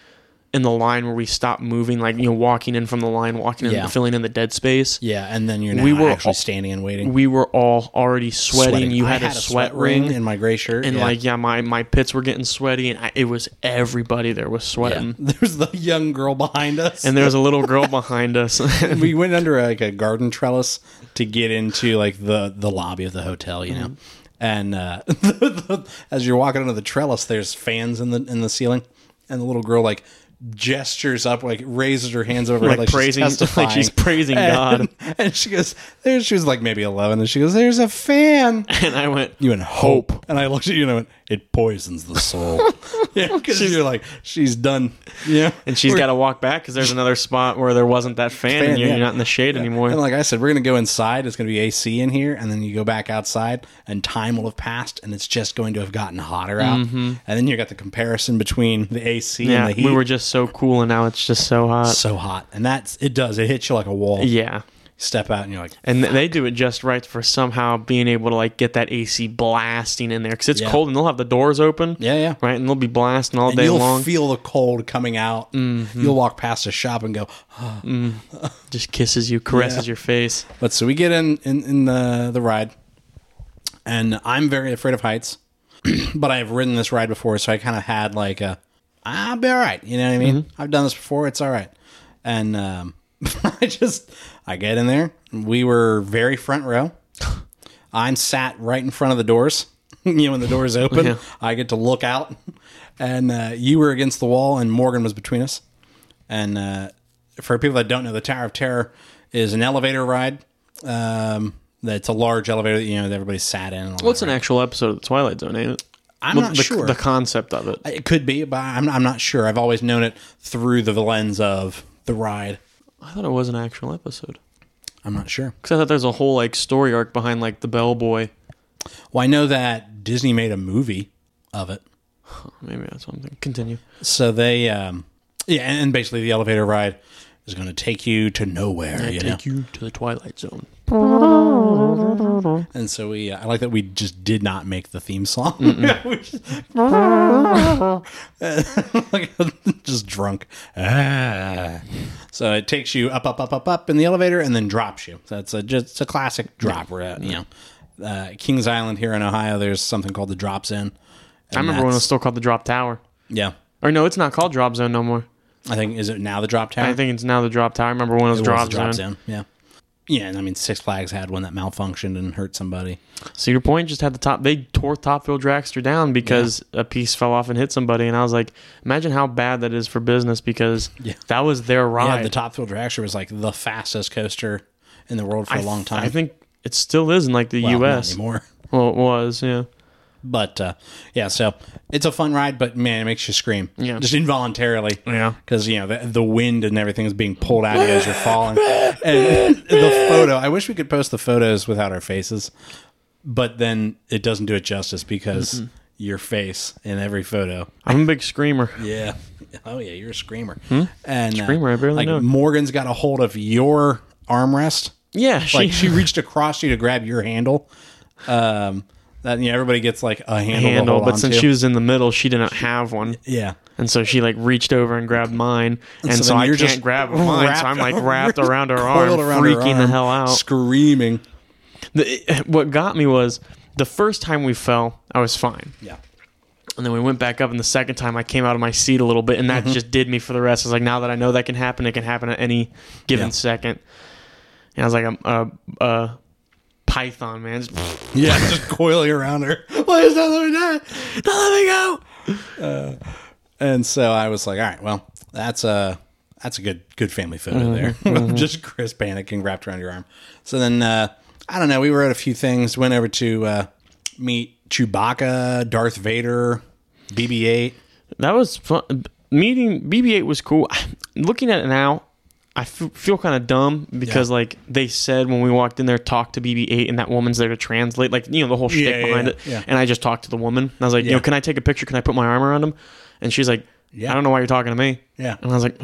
Speaker 2: in the line where we stopped moving, like you know, walking in from the line, walking in,
Speaker 1: Yeah.
Speaker 2: filling in the dead space,
Speaker 1: Yeah, and then you're now
Speaker 2: We were
Speaker 1: actually
Speaker 2: all-
Speaker 1: standing and waiting.
Speaker 2: we were all already sweating. You
Speaker 1: I
Speaker 2: had, a sweat, ring.
Speaker 1: in my gray shirt,
Speaker 2: and
Speaker 1: yeah.
Speaker 2: like yeah, my my pits were getting sweaty, and I, it was everybody there was
Speaker 1: yeah.
Speaker 2: sweating.
Speaker 1: there's the young girl behind us,
Speaker 2: And there was a little girl behind us.
Speaker 1: we went under like a garden trellis to get into like the the lobby of the hotel, you know.
Speaker 2: Mm-hmm.
Speaker 1: And uh, as you're walking under the trellis, there's fans in the in the ceiling, and the little girl like gestures up, like raises her hands over,
Speaker 2: Like praising- like
Speaker 1: she's,
Speaker 2: she's
Speaker 1: testifying.
Speaker 2: praising
Speaker 1: And- And she goes, "There." She was like maybe eleven, and she goes, "There's a fan."
Speaker 2: and I went,
Speaker 1: You went hope, and I looked at you and I went, "It poisons the soul." yeah, because you're like, she's done. Yeah,
Speaker 2: and she's got to walk back because there's another spot where there wasn't that fan,
Speaker 1: Fan,
Speaker 2: and you're,
Speaker 1: yeah.
Speaker 2: you're not in the shade anymore.
Speaker 1: And like I said, we're gonna go inside. It's gonna be AC in here, and then you go back outside, and time will have passed, and it's just going to have gotten hotter out. And then you got the comparison between the AC
Speaker 2: Mm-hmm. yeah,
Speaker 1: and the heat.
Speaker 2: we were just so cool, and now it's just so hot.
Speaker 1: so hot, and that's it. Does it hits you like a wall?
Speaker 2: Yeah,
Speaker 1: Step out, and you're like,
Speaker 2: and th- they do it just right for somehow being able to like get that AC blasting in there because it's
Speaker 1: Yeah.
Speaker 2: cold, and they'll have the doors open.
Speaker 1: yeah, yeah.
Speaker 2: right, and they'll be blasting all
Speaker 1: And
Speaker 2: day
Speaker 1: you'll
Speaker 2: long. Mm-hmm.
Speaker 1: feel the cold coming out. You'll walk past a shop and go,
Speaker 2: just kisses you, caresses your face.
Speaker 1: But so we get in in, in the the ride, and I'm very afraid of heights, but I have ridden this ride before, so I kind of had like a I'll be all right. You know what I mean?
Speaker 2: Mm-hmm.
Speaker 1: I've done this before; it's all right. And um, I just I get in there. We were very front row. I'm sat right in front of the doors. you know, when the doors open,
Speaker 2: Yeah.
Speaker 1: I get to look out, and uh, you were against the wall, and Morgan was between us. And uh, for people that don't know, the Tower of Terror is an elevator ride. Um, that's a large elevator that you know that everybody's sat in. And all that,
Speaker 2: What's an
Speaker 1: right?
Speaker 2: actual episode of the Twilight Zone? Ain't it?
Speaker 1: I'm
Speaker 2: Well,
Speaker 1: not
Speaker 2: the,
Speaker 1: sure.
Speaker 2: The concept of it.
Speaker 1: it could be, but I'm I'm not sure. I've always known it through the lens of the ride.
Speaker 2: I thought it was an actual episode.
Speaker 1: I'm not sure.
Speaker 2: Because I thought there's a whole like story arc behind like the bellboy.
Speaker 1: Well, I know that Disney made a movie of it.
Speaker 2: Maybe that's something. Continue.
Speaker 1: So they, um, yeah, and and basically the elevator ride is going to take you to nowhere, you know.
Speaker 2: you to the Twilight Zone.
Speaker 1: And so we, uh, I like that we just did not make the theme song. We just- like, just drunk. Ah. So it takes you up, up, up, up, up in the elevator, and then drops you. So it's a just it's a classic drop. We're at you know uh, Kings Island here in Ohio. There's something called the Drop Zone.
Speaker 2: I remember when it was still called the Drop Tower.
Speaker 1: yeah.
Speaker 2: Or no, it's not called Drop Zone no more.
Speaker 1: I think is it now the Drop Tower.
Speaker 2: I think it's now the Drop Tower. I remember when it was,
Speaker 1: It was
Speaker 2: drop,
Speaker 1: the drop
Speaker 2: zone.
Speaker 1: zone. Yeah. Yeah, and I mean Six Flags had one that malfunctioned and hurt somebody.
Speaker 2: Cedar Point just had the top. They tore Topfield Dragster down because a piece fell off and hit somebody. And I was like, imagine how bad that is for business because
Speaker 1: Yeah.
Speaker 2: that was their ride.
Speaker 1: Yeah, the Topfield Dragster was like the fastest coaster in the world for
Speaker 2: I
Speaker 1: a
Speaker 2: th-
Speaker 1: long time.
Speaker 2: I think it still is in like the
Speaker 1: Well, not
Speaker 2: U.S.
Speaker 1: anymore.
Speaker 2: Well, it was. Yeah.
Speaker 1: But uh, yeah, so it's a fun ride, but man, it makes you scream.
Speaker 2: Yeah.
Speaker 1: Just involuntarily.
Speaker 2: Yeah.
Speaker 1: Because, you know, the, the wind and everything is being pulled out of you as you're falling. And the photo, I wish we could post the photos without our faces, but then it doesn't do it justice
Speaker 2: Mm-hmm.
Speaker 1: because your face in every photo.
Speaker 2: I'm a big screamer.
Speaker 1: Yeah. Oh yeah, you're a screamer. And uh,
Speaker 2: Hmm? Screamer, I barely
Speaker 1: like
Speaker 2: know it.
Speaker 1: Morgan's got a hold of your armrest.
Speaker 2: Yeah. She,
Speaker 1: Like she reached across you to grab your handle. Um, that you know, everybody gets like a handle,
Speaker 2: handle,
Speaker 1: to hold
Speaker 2: but since she was in the middle, she didn't have one.
Speaker 1: yeah.
Speaker 2: And so she like reached over and grabbed mine, and
Speaker 1: so
Speaker 2: so,
Speaker 1: then
Speaker 2: I
Speaker 1: you're
Speaker 2: can't
Speaker 1: just
Speaker 2: grab mine. So
Speaker 1: wrapped
Speaker 2: I'm like
Speaker 1: around-
Speaker 2: wrapped around her arm,
Speaker 1: Coiled around her
Speaker 2: freaking the
Speaker 1: arm,
Speaker 2: hell out.
Speaker 1: screaming.
Speaker 2: The- what got me was the first time we fell, I was fine,
Speaker 1: Yeah,
Speaker 2: and then we went back up, and the second time I came out of my seat a little bit, and
Speaker 1: Mm-hmm.
Speaker 2: that just did me for the rest. I was like, now that I know that can happen, it can happen at any given
Speaker 1: Yeah.
Speaker 2: second. And I was like, I'm a, a python, man. Just,
Speaker 1: yeah, just coiling around her. Please don't let me die. Don't let me go. and so I was like, all right, well, that's a that's a good good family photo
Speaker 2: Mm-hmm.
Speaker 1: there, with just Chris panicking wrapped around your arm. So then uh, I don't know, we were at a few things, went over to uh, meet Chewbacca, Darth Vader, BB-8.
Speaker 2: That was fun. Meeting BB-8 was cool. Looking at it now, I f- feel kind of dumb because
Speaker 1: Yeah.
Speaker 2: like they said when we walked in there, talk to BB-8, and that woman's there to translate, like you know the whole shtick
Speaker 1: Yeah, yeah,
Speaker 2: behind
Speaker 1: yeah,
Speaker 2: it.
Speaker 1: yeah.
Speaker 2: And I just talked to the woman. And I was like, you know,
Speaker 1: Yeah.
Speaker 2: can I take a picture? Can I put my arm around him? And she's like,
Speaker 1: Yeah.
Speaker 2: I don't know why you're talking to me.
Speaker 1: Yeah.
Speaker 2: And I was like,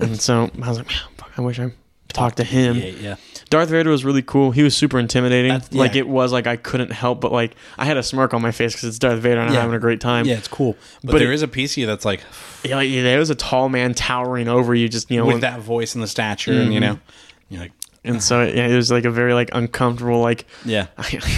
Speaker 2: and so I was like, man, fuck, I wish I talk to him.
Speaker 1: Yeah, yeah.
Speaker 2: Darth Vader was really cool. He was super intimidating.
Speaker 1: That's- yeah.
Speaker 2: Like it was like I couldn't help but like I had a smirk on my face because it's Darth Vader and
Speaker 1: Yeah.
Speaker 2: I'm having a great time.
Speaker 1: Yeah, it's cool. But,
Speaker 2: But
Speaker 1: there
Speaker 2: it-
Speaker 1: is a piece of you that's like
Speaker 2: Yeah, like, yeah, there was a tall man towering over you, just you know,
Speaker 1: with
Speaker 2: and-
Speaker 1: that voice and the stature, and you
Speaker 2: Mm-hmm.
Speaker 1: know, you're like,
Speaker 2: and so yeah, it was like a very like uncomfortable like
Speaker 1: yeah,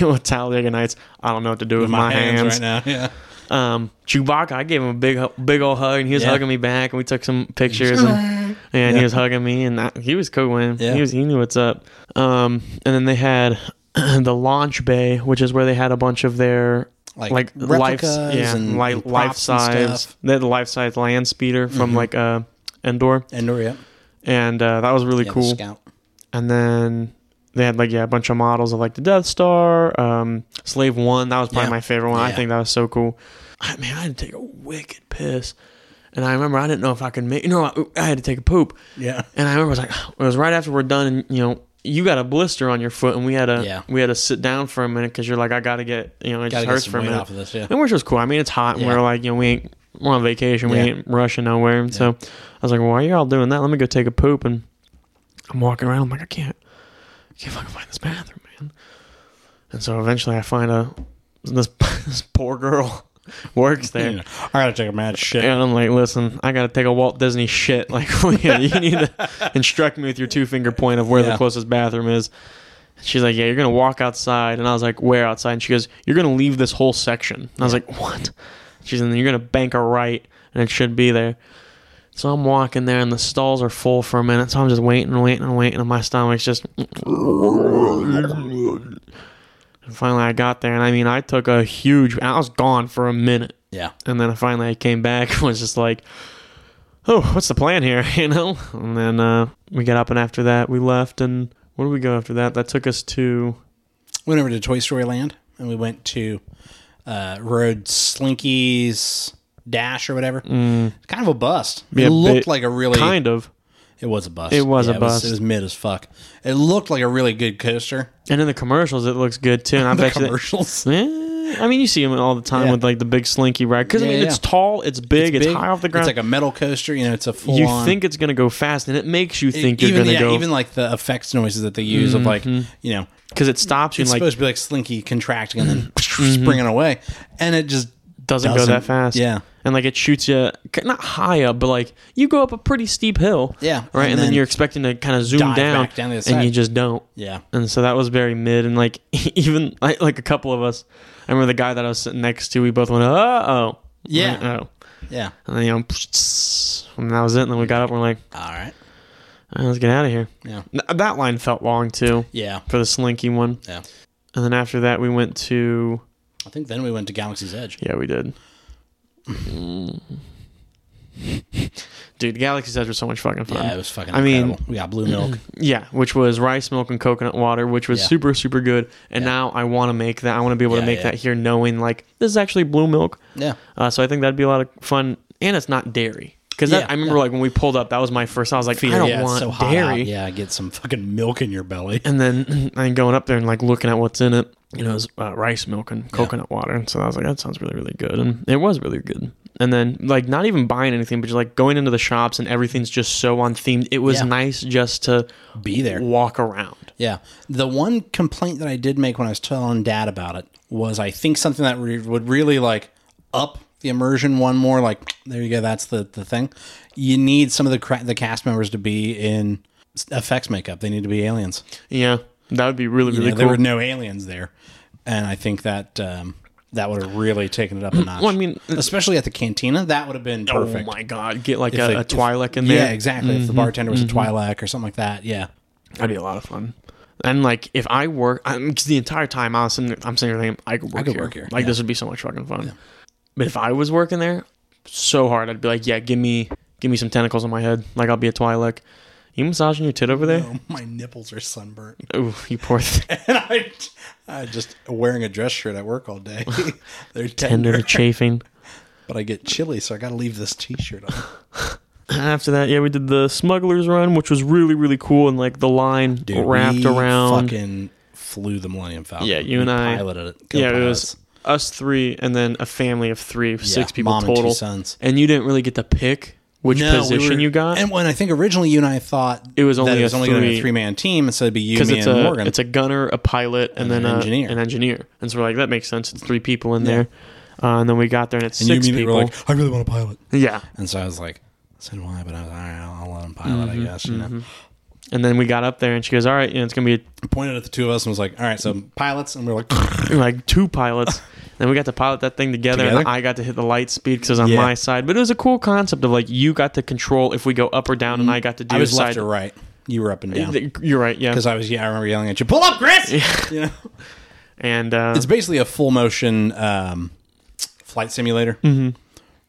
Speaker 2: with Talladega Nights. I don't know what to do with, my, hands.
Speaker 1: right now, yeah.
Speaker 2: um, Chewbacca, I gave him a big, hu- big old hug, and he was
Speaker 1: Yeah.
Speaker 2: hugging me back, and we took some pictures, and, and he was hugging me, and that, he was cool, man.
Speaker 1: Yeah.
Speaker 2: He was, he knew what's up. Um, and then they had the launch bay, which is where they had a bunch of their
Speaker 1: Like
Speaker 2: like, life,
Speaker 1: replicas
Speaker 2: yeah,
Speaker 1: and-
Speaker 2: li-
Speaker 1: and props
Speaker 2: life
Speaker 1: and
Speaker 2: size.
Speaker 1: stuff. Mm-hmm.
Speaker 2: They had the life size land speeder from like uh, Endor,
Speaker 1: And Nuria,
Speaker 2: and uh, that was really
Speaker 1: yeah,
Speaker 2: cool
Speaker 1: The scout.
Speaker 2: and then they had like yeah a bunch of models of like the Death Star, um, Slave One. That was probably
Speaker 1: Yeah.
Speaker 2: my favorite one. I
Speaker 1: Yeah.
Speaker 2: think that was so cool. I, man, I had to take a wicked piss, and I remember I didn't know if I could make. You know, I, I had to take a poop,
Speaker 1: Yeah,
Speaker 2: and I remember I was like, it was right after we're done, and you know. You got a blister on your foot, and we had to
Speaker 1: Yeah.
Speaker 2: we had to sit down for a minute because you're like, I gotta get you know it
Speaker 1: gotta
Speaker 2: just
Speaker 1: get
Speaker 2: hurts
Speaker 1: some
Speaker 2: for a
Speaker 1: weight
Speaker 2: minute,
Speaker 1: off of this. Yeah,
Speaker 2: and which was cool. I mean, it's hot, and
Speaker 1: Yeah.
Speaker 2: we're like you know we ain't we're on vacation, we
Speaker 1: Yeah.
Speaker 2: ain't rushing nowhere. And So I was like, well, why are you all doing that? Let me go take a poop, and I'm walking around. I'm like, I can't, I can't fucking find this bathroom, man. And so eventually, I find a this this poor girl works there.
Speaker 1: You know, I gotta take a mad shit.
Speaker 2: And I'm like, listen, I gotta take a Walt Disney shit. Like, yeah, you need to instruct me with your two finger point of where
Speaker 1: Yeah.
Speaker 2: the closest bathroom is. She's like, yeah, you're gonna walk outside, and I was like, where outside? And she goes, you're gonna leave this whole section. And I was like, what? She's like, you're gonna bank a right, and it should be there. So I'm walking there, and the stalls are full for a minute. So I'm just waiting and waiting and waiting, and my stomach's just. And finally, I got there, and I mean, I took a huge. I was gone for a minute.
Speaker 1: Yeah,
Speaker 2: And then finally I came back and was just like, oh, what's the plan here? You know? And then uh, we got up and after that we left. And where did we go after that? That took us to.
Speaker 1: we went over to Toy Story Land and we went to uh, rode Slinky's Dash or whatever. Kind of a bust.
Speaker 2: Mm. Yeah,
Speaker 1: it looked
Speaker 2: bit-
Speaker 1: like a really
Speaker 2: Kind of.
Speaker 1: It was a bust.
Speaker 2: It was a
Speaker 1: it
Speaker 2: bust.
Speaker 1: It was, mid as fuck. It looked like a really good coaster.
Speaker 2: And in the commercials, it looks good too. And I
Speaker 1: The
Speaker 2: bet you.
Speaker 1: commercials.
Speaker 2: Eh, I mean, you see them all the time
Speaker 1: Yeah.
Speaker 2: with like the big slinky ride. Because I
Speaker 1: Yeah,
Speaker 2: mean,
Speaker 1: yeah,
Speaker 2: it's
Speaker 1: yeah.
Speaker 2: tall, it's big, it's, high off the ground.
Speaker 1: It's like a metal coaster. You know, it's a full.
Speaker 2: you
Speaker 1: on, e-
Speaker 2: think it's going to go fast, and it makes you think you're
Speaker 1: even
Speaker 2: going to
Speaker 1: yeah,
Speaker 2: go.
Speaker 1: even like the effects noises that they use of like you know
Speaker 2: Because it stops you
Speaker 1: it's
Speaker 2: and like Mm-hmm.
Speaker 1: supposed to be like slinky contracting and then springing away, and it just
Speaker 2: doesn't, go
Speaker 1: doesn't-
Speaker 2: that fast.
Speaker 1: yeah.
Speaker 2: And like it shoots you, not high up, but like you go up a pretty steep hill.
Speaker 1: Yeah,
Speaker 2: Right. And,
Speaker 1: and
Speaker 2: then,
Speaker 1: then
Speaker 2: you're expecting to kind of zoom
Speaker 1: dive
Speaker 2: down,
Speaker 1: back down the other
Speaker 2: and you
Speaker 1: side.
Speaker 2: just don't.
Speaker 1: yeah
Speaker 2: And so that was very mid. And like even like, like a couple of us, I remember the guy that I was sitting next to, we both went, uh oh.
Speaker 1: Yeah.
Speaker 2: Oh.
Speaker 1: yeah.
Speaker 2: And then, you know, and that was it. And then we got up and we're like,
Speaker 1: All right.
Speaker 2: "All right, let's get out of here.
Speaker 1: Yeah.
Speaker 2: Th- That line felt long too
Speaker 1: Yeah.
Speaker 2: for the slinky one.
Speaker 1: Yeah.
Speaker 2: And then after that, we went to,
Speaker 1: I think then we went to Galaxy's Edge.
Speaker 2: yeah, we did. Dude, Galaxy's Edge was so much fucking fun.
Speaker 1: Yeah, it was fucking.
Speaker 2: I mean-
Speaker 1: incredible. we got blue milk.
Speaker 2: Yeah, which was rice milk and coconut water, which was
Speaker 1: Yeah.
Speaker 2: super super good. And
Speaker 1: Yeah.
Speaker 2: now I want to make that. I want to be able to
Speaker 1: Yeah,
Speaker 2: make
Speaker 1: yeah.
Speaker 2: that here, knowing like this is actually blue milk.
Speaker 1: yeah,
Speaker 2: Uh, so I think that'd be a lot of fun, and it's not dairy. Because
Speaker 1: Yeah,
Speaker 2: I remember like when we pulled up, that was my first. I was like, I don't
Speaker 1: yeah, it's
Speaker 2: want
Speaker 1: so hot
Speaker 2: dairy.
Speaker 1: out. Yeah, get some fucking milk in your belly.
Speaker 2: And then I going up there and like looking at what's in it. You know, it was uh, rice milk and coconut water. And so I was like, that sounds really really good, and it was really good. And then like not even buying anything, but just like going into the shops and everything's just so on theme. It was
Speaker 1: Yeah.
Speaker 2: nice just to
Speaker 1: Be there.
Speaker 2: walk around.
Speaker 1: Yeah. The one complaint that I did make when I was telling dad about it was I think something that re- would really like up the immersion one more like there you go that's the the thing. You need some of the cra- the cast members to be in s- effects makeup. They need to be aliens.
Speaker 2: Yeah, that would be really
Speaker 1: You
Speaker 2: really
Speaker 1: know, there were
Speaker 2: cool.
Speaker 1: no aliens there. And I think that um that would have really taken it up a notch.
Speaker 2: Mm, Well, I mean, uh,
Speaker 1: especially at the cantina, that would have been perfect.
Speaker 2: oh Mm-hmm. my god, get like
Speaker 1: If
Speaker 2: a,
Speaker 1: they-
Speaker 2: a
Speaker 1: if-
Speaker 2: Twi'lek in there.
Speaker 1: Yeah, exactly. If the bartender was a Twi'lek or something like that, yeah.
Speaker 2: that'd be a lot of fun. And like, if I work, because the entire time I was sitting, there, I'm sitting there thinking, I could work,
Speaker 1: could
Speaker 2: here.
Speaker 1: work here,
Speaker 2: Like,
Speaker 1: yeah.
Speaker 2: this would be so much fucking fun. But if I was working there, so hard, I'd be like, yeah, give me, give me some tentacles on my head. Like, I'll be a Twi'lek. You massaging your tit over there?
Speaker 1: Oh, my nipples are sunburnt.
Speaker 2: Ooh, you poor thing.
Speaker 1: and I, I just wearing a dress shirt at work all day. They're tender,
Speaker 2: Tender chafing.
Speaker 1: but I get chilly, so I got to leave this t-shirt on.
Speaker 2: After that, yeah, we did the smugglers run, which was really really cool, and like the line wrapped
Speaker 1: we
Speaker 2: around.
Speaker 1: fucking flew the Millennium Falcon.
Speaker 2: Yeah, you
Speaker 1: We
Speaker 2: and I-
Speaker 1: piloted it.
Speaker 2: yeah, it
Speaker 1: pilots.
Speaker 2: was us three and then a family of three,
Speaker 1: Yeah,
Speaker 2: six people
Speaker 1: mom
Speaker 2: total.
Speaker 1: and two sons.
Speaker 2: And you didn't really get to pick which
Speaker 1: No, we
Speaker 2: position
Speaker 1: were-
Speaker 2: you got.
Speaker 1: And when I think originally you and I thought
Speaker 2: It was only
Speaker 1: that it
Speaker 2: a
Speaker 1: was only going to be a
Speaker 2: three-
Speaker 1: three man team, so it'd be you,
Speaker 2: because
Speaker 1: me,
Speaker 2: it's
Speaker 1: and
Speaker 2: a
Speaker 1: Morgan.
Speaker 2: it's a gunner, a pilot, and,
Speaker 1: And
Speaker 2: then
Speaker 1: an
Speaker 2: a,
Speaker 1: engineer.
Speaker 2: an engineer. And so we're like, that makes sense. It's three people in there, uh, and then we got there and it's
Speaker 1: and
Speaker 2: six
Speaker 1: you and me were
Speaker 2: people.
Speaker 1: like, I really want to pilot.
Speaker 2: yeah,
Speaker 1: And so I was like, so do I, but I was all right, I'll, I'll let him pilot, I guess. You know,
Speaker 2: Mm-hmm. and then we got up there and she goes, all right, you know, it's gonna be
Speaker 1: pointed at the two of us and was like, all right, so pilots, and we were like,
Speaker 2: like two pilots. then we got to pilot that thing together, and
Speaker 1: Together?
Speaker 2: I got to hit the light speed because it was on
Speaker 1: Yeah.
Speaker 2: my side. But it was a cool concept of like you got to control if we go up or down, and I got to do
Speaker 1: Mm-hmm. I was
Speaker 2: side.
Speaker 1: left or right, you were up and down,
Speaker 2: You're right, yeah.
Speaker 1: because I was yeah, I remember yelling at you, pull up, Chris. You know,
Speaker 2: And uh,
Speaker 1: it's basically a full motion um, flight simulator
Speaker 2: Mm-hmm.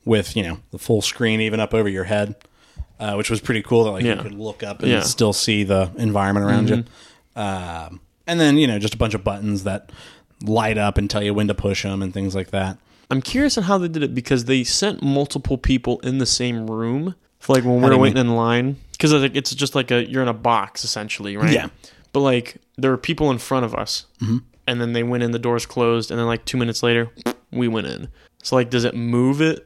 Speaker 1: with you know the full screen even up over your head, uh, which was pretty cool. That like
Speaker 2: Yeah.
Speaker 1: you could look up and
Speaker 2: Yeah. Mm-hmm.
Speaker 1: still see the environment around you, um, and then you know just a bunch of buttons that light up and tell you when to push them and things like that.
Speaker 2: I'm curious on how they did it because they sent multiple people in the same room. For like when we
Speaker 1: do
Speaker 2: were
Speaker 1: you
Speaker 2: waiting in line, because like it's just like a you're in a box essentially, right?
Speaker 1: Yeah. Mm-hmm.
Speaker 2: But like there were people in front of us, and then they went in, the doors closed, and then like two minutes later, we went in. So like, does it move it?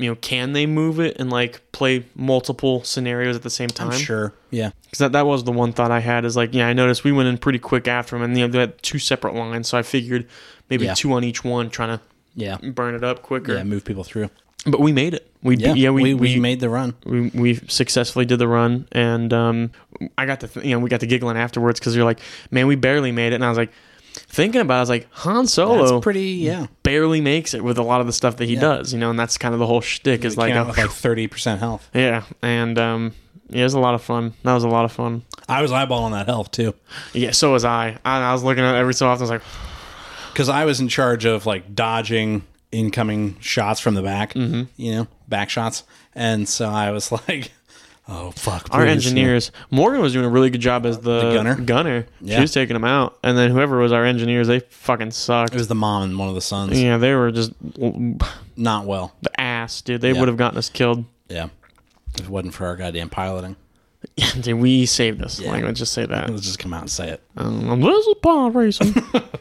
Speaker 2: You know, can they move it and like play multiple scenarios at the same time?
Speaker 1: I'm sure, yeah.
Speaker 2: Because that, that was the one thought I had is like, yeah, I noticed we went in pretty quick after him, and you know, they had two separate lines, so I figured maybe
Speaker 1: Yeah.
Speaker 2: two on each one, trying
Speaker 1: Yeah.
Speaker 2: to burn it up quicker.
Speaker 1: Yeah, move people through.
Speaker 2: But we made it. We yeah,
Speaker 1: Yeah,
Speaker 2: yeah we, we,
Speaker 1: we made the run.
Speaker 2: we we successfully did the run, and um, I got to th- you know we got to giggling afterwards because you're like, man, we barely made it, and I was like, thinking about, it, I was like, Han
Speaker 1: That's
Speaker 2: Solo
Speaker 1: pretty, yeah.
Speaker 2: barely makes it with a lot of the stuff that he
Speaker 1: Yeah.
Speaker 2: does, you know, and that's kind of the whole shtick is
Speaker 1: Like,
Speaker 2: like,
Speaker 1: came out
Speaker 2: uh,
Speaker 1: with like 30% health.
Speaker 2: yeah, and um, yeah, it was a lot of fun. That was a lot of fun.
Speaker 1: I was eyeballing that health too.
Speaker 2: Yeah, so was I. I, I was looking at it every so often. I was like,
Speaker 1: Because I was in charge of like dodging incoming shots from the back,
Speaker 2: Mm-hmm.
Speaker 1: you know, back shots. And so I was like, oh, fuck.
Speaker 2: our
Speaker 1: please.
Speaker 2: engineers. Morgan was doing a really good job as the,
Speaker 1: The gunner?
Speaker 2: Gunner. She
Speaker 1: Yeah.
Speaker 2: was taking them out, and then whoever was our engineers, they fucking sucked.
Speaker 1: It was the mom and one of the sons.
Speaker 2: Yeah, they were just the
Speaker 1: Not well.
Speaker 2: ass, dude. They
Speaker 1: Yeah.
Speaker 2: would have gotten us killed.
Speaker 1: Yeah. If it wasn't for our goddamn piloting,
Speaker 2: dude, we saved us.
Speaker 1: Yeah.
Speaker 2: Like, let's just say that.
Speaker 1: let's just come out and say it.
Speaker 2: Um, this is pod racing.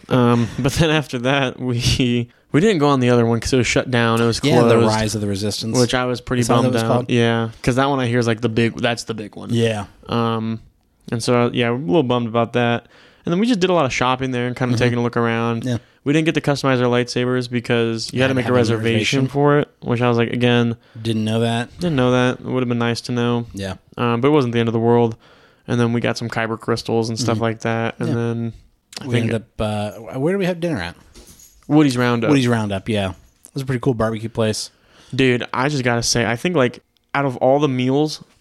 Speaker 2: um, but then after that, we we didn't go on the other one because it was shut down. It was
Speaker 1: Yeah,
Speaker 2: closed.
Speaker 1: the rise of the resistance.
Speaker 2: Which I was pretty
Speaker 1: Is that what
Speaker 2: bummed
Speaker 1: it was
Speaker 2: out.
Speaker 1: called?
Speaker 2: Yeah, because that one I hear is like the big. That's the big one.
Speaker 1: yeah.
Speaker 2: Um, and so yeah, we're a little bummed about that. And then we just did a lot of shopping there and kind of taking a look around.
Speaker 1: Mm-hmm. Yeah.
Speaker 2: We didn't get to customize our lightsabers because you
Speaker 1: Had
Speaker 2: had to
Speaker 1: to
Speaker 2: make a
Speaker 1: have a
Speaker 2: reservation
Speaker 1: reservation.
Speaker 2: for it, which I was like, again,
Speaker 1: Didn't know that.
Speaker 2: didn't know that. It would have been nice to know,
Speaker 1: Yeah.
Speaker 2: um, but it wasn't the end of the world. And then we got some kyber crystals and stuff like that. And
Speaker 1: Mm-hmm. Yeah.
Speaker 2: then I
Speaker 1: we
Speaker 2: think
Speaker 1: ended up, uh, where do we have dinner at?
Speaker 2: Woody's Roundup,
Speaker 1: Woody's Roundup, yeah. It was a pretty cool barbecue place.
Speaker 2: dude. I just gotta say, I think like out of all the meals,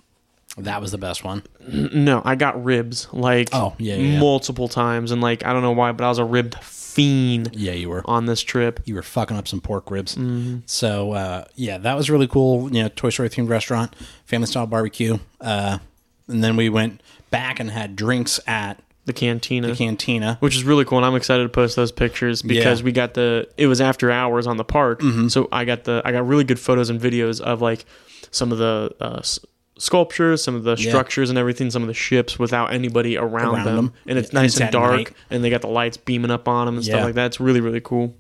Speaker 1: That was the best one.
Speaker 2: n- no, I got ribs like
Speaker 1: Oh, yeah, yeah, yeah.
Speaker 2: multiple times, and like I don't know why, but I was a rib fiend
Speaker 1: Yeah, you were.
Speaker 2: on this trip.
Speaker 1: You were fucking up some pork ribs.
Speaker 2: Mm-hmm.
Speaker 1: So uh, yeah, that was really cool. You know, Toy Story themed restaurant, family style barbecue. Uh, and then we went back and had drinks at
Speaker 2: The cantina.
Speaker 1: the cantina.
Speaker 2: which is really cool and i'm excited to post those pictures because
Speaker 1: Yeah. Mm-hmm.
Speaker 2: we got the it was after hours on the park so i got the i got really good photos and videos of like some of the uh, s- sculptures some of the
Speaker 1: Yeah.
Speaker 2: structures and everything some of the ships without anybody around,
Speaker 1: Around
Speaker 2: them.
Speaker 1: them.
Speaker 2: and it's
Speaker 1: Yeah, and
Speaker 2: nice
Speaker 1: it's
Speaker 2: and
Speaker 1: at
Speaker 2: dark
Speaker 1: night.
Speaker 2: and they got the lights beaming up on them and stuff
Speaker 1: Yeah.
Speaker 2: like that it's really really cool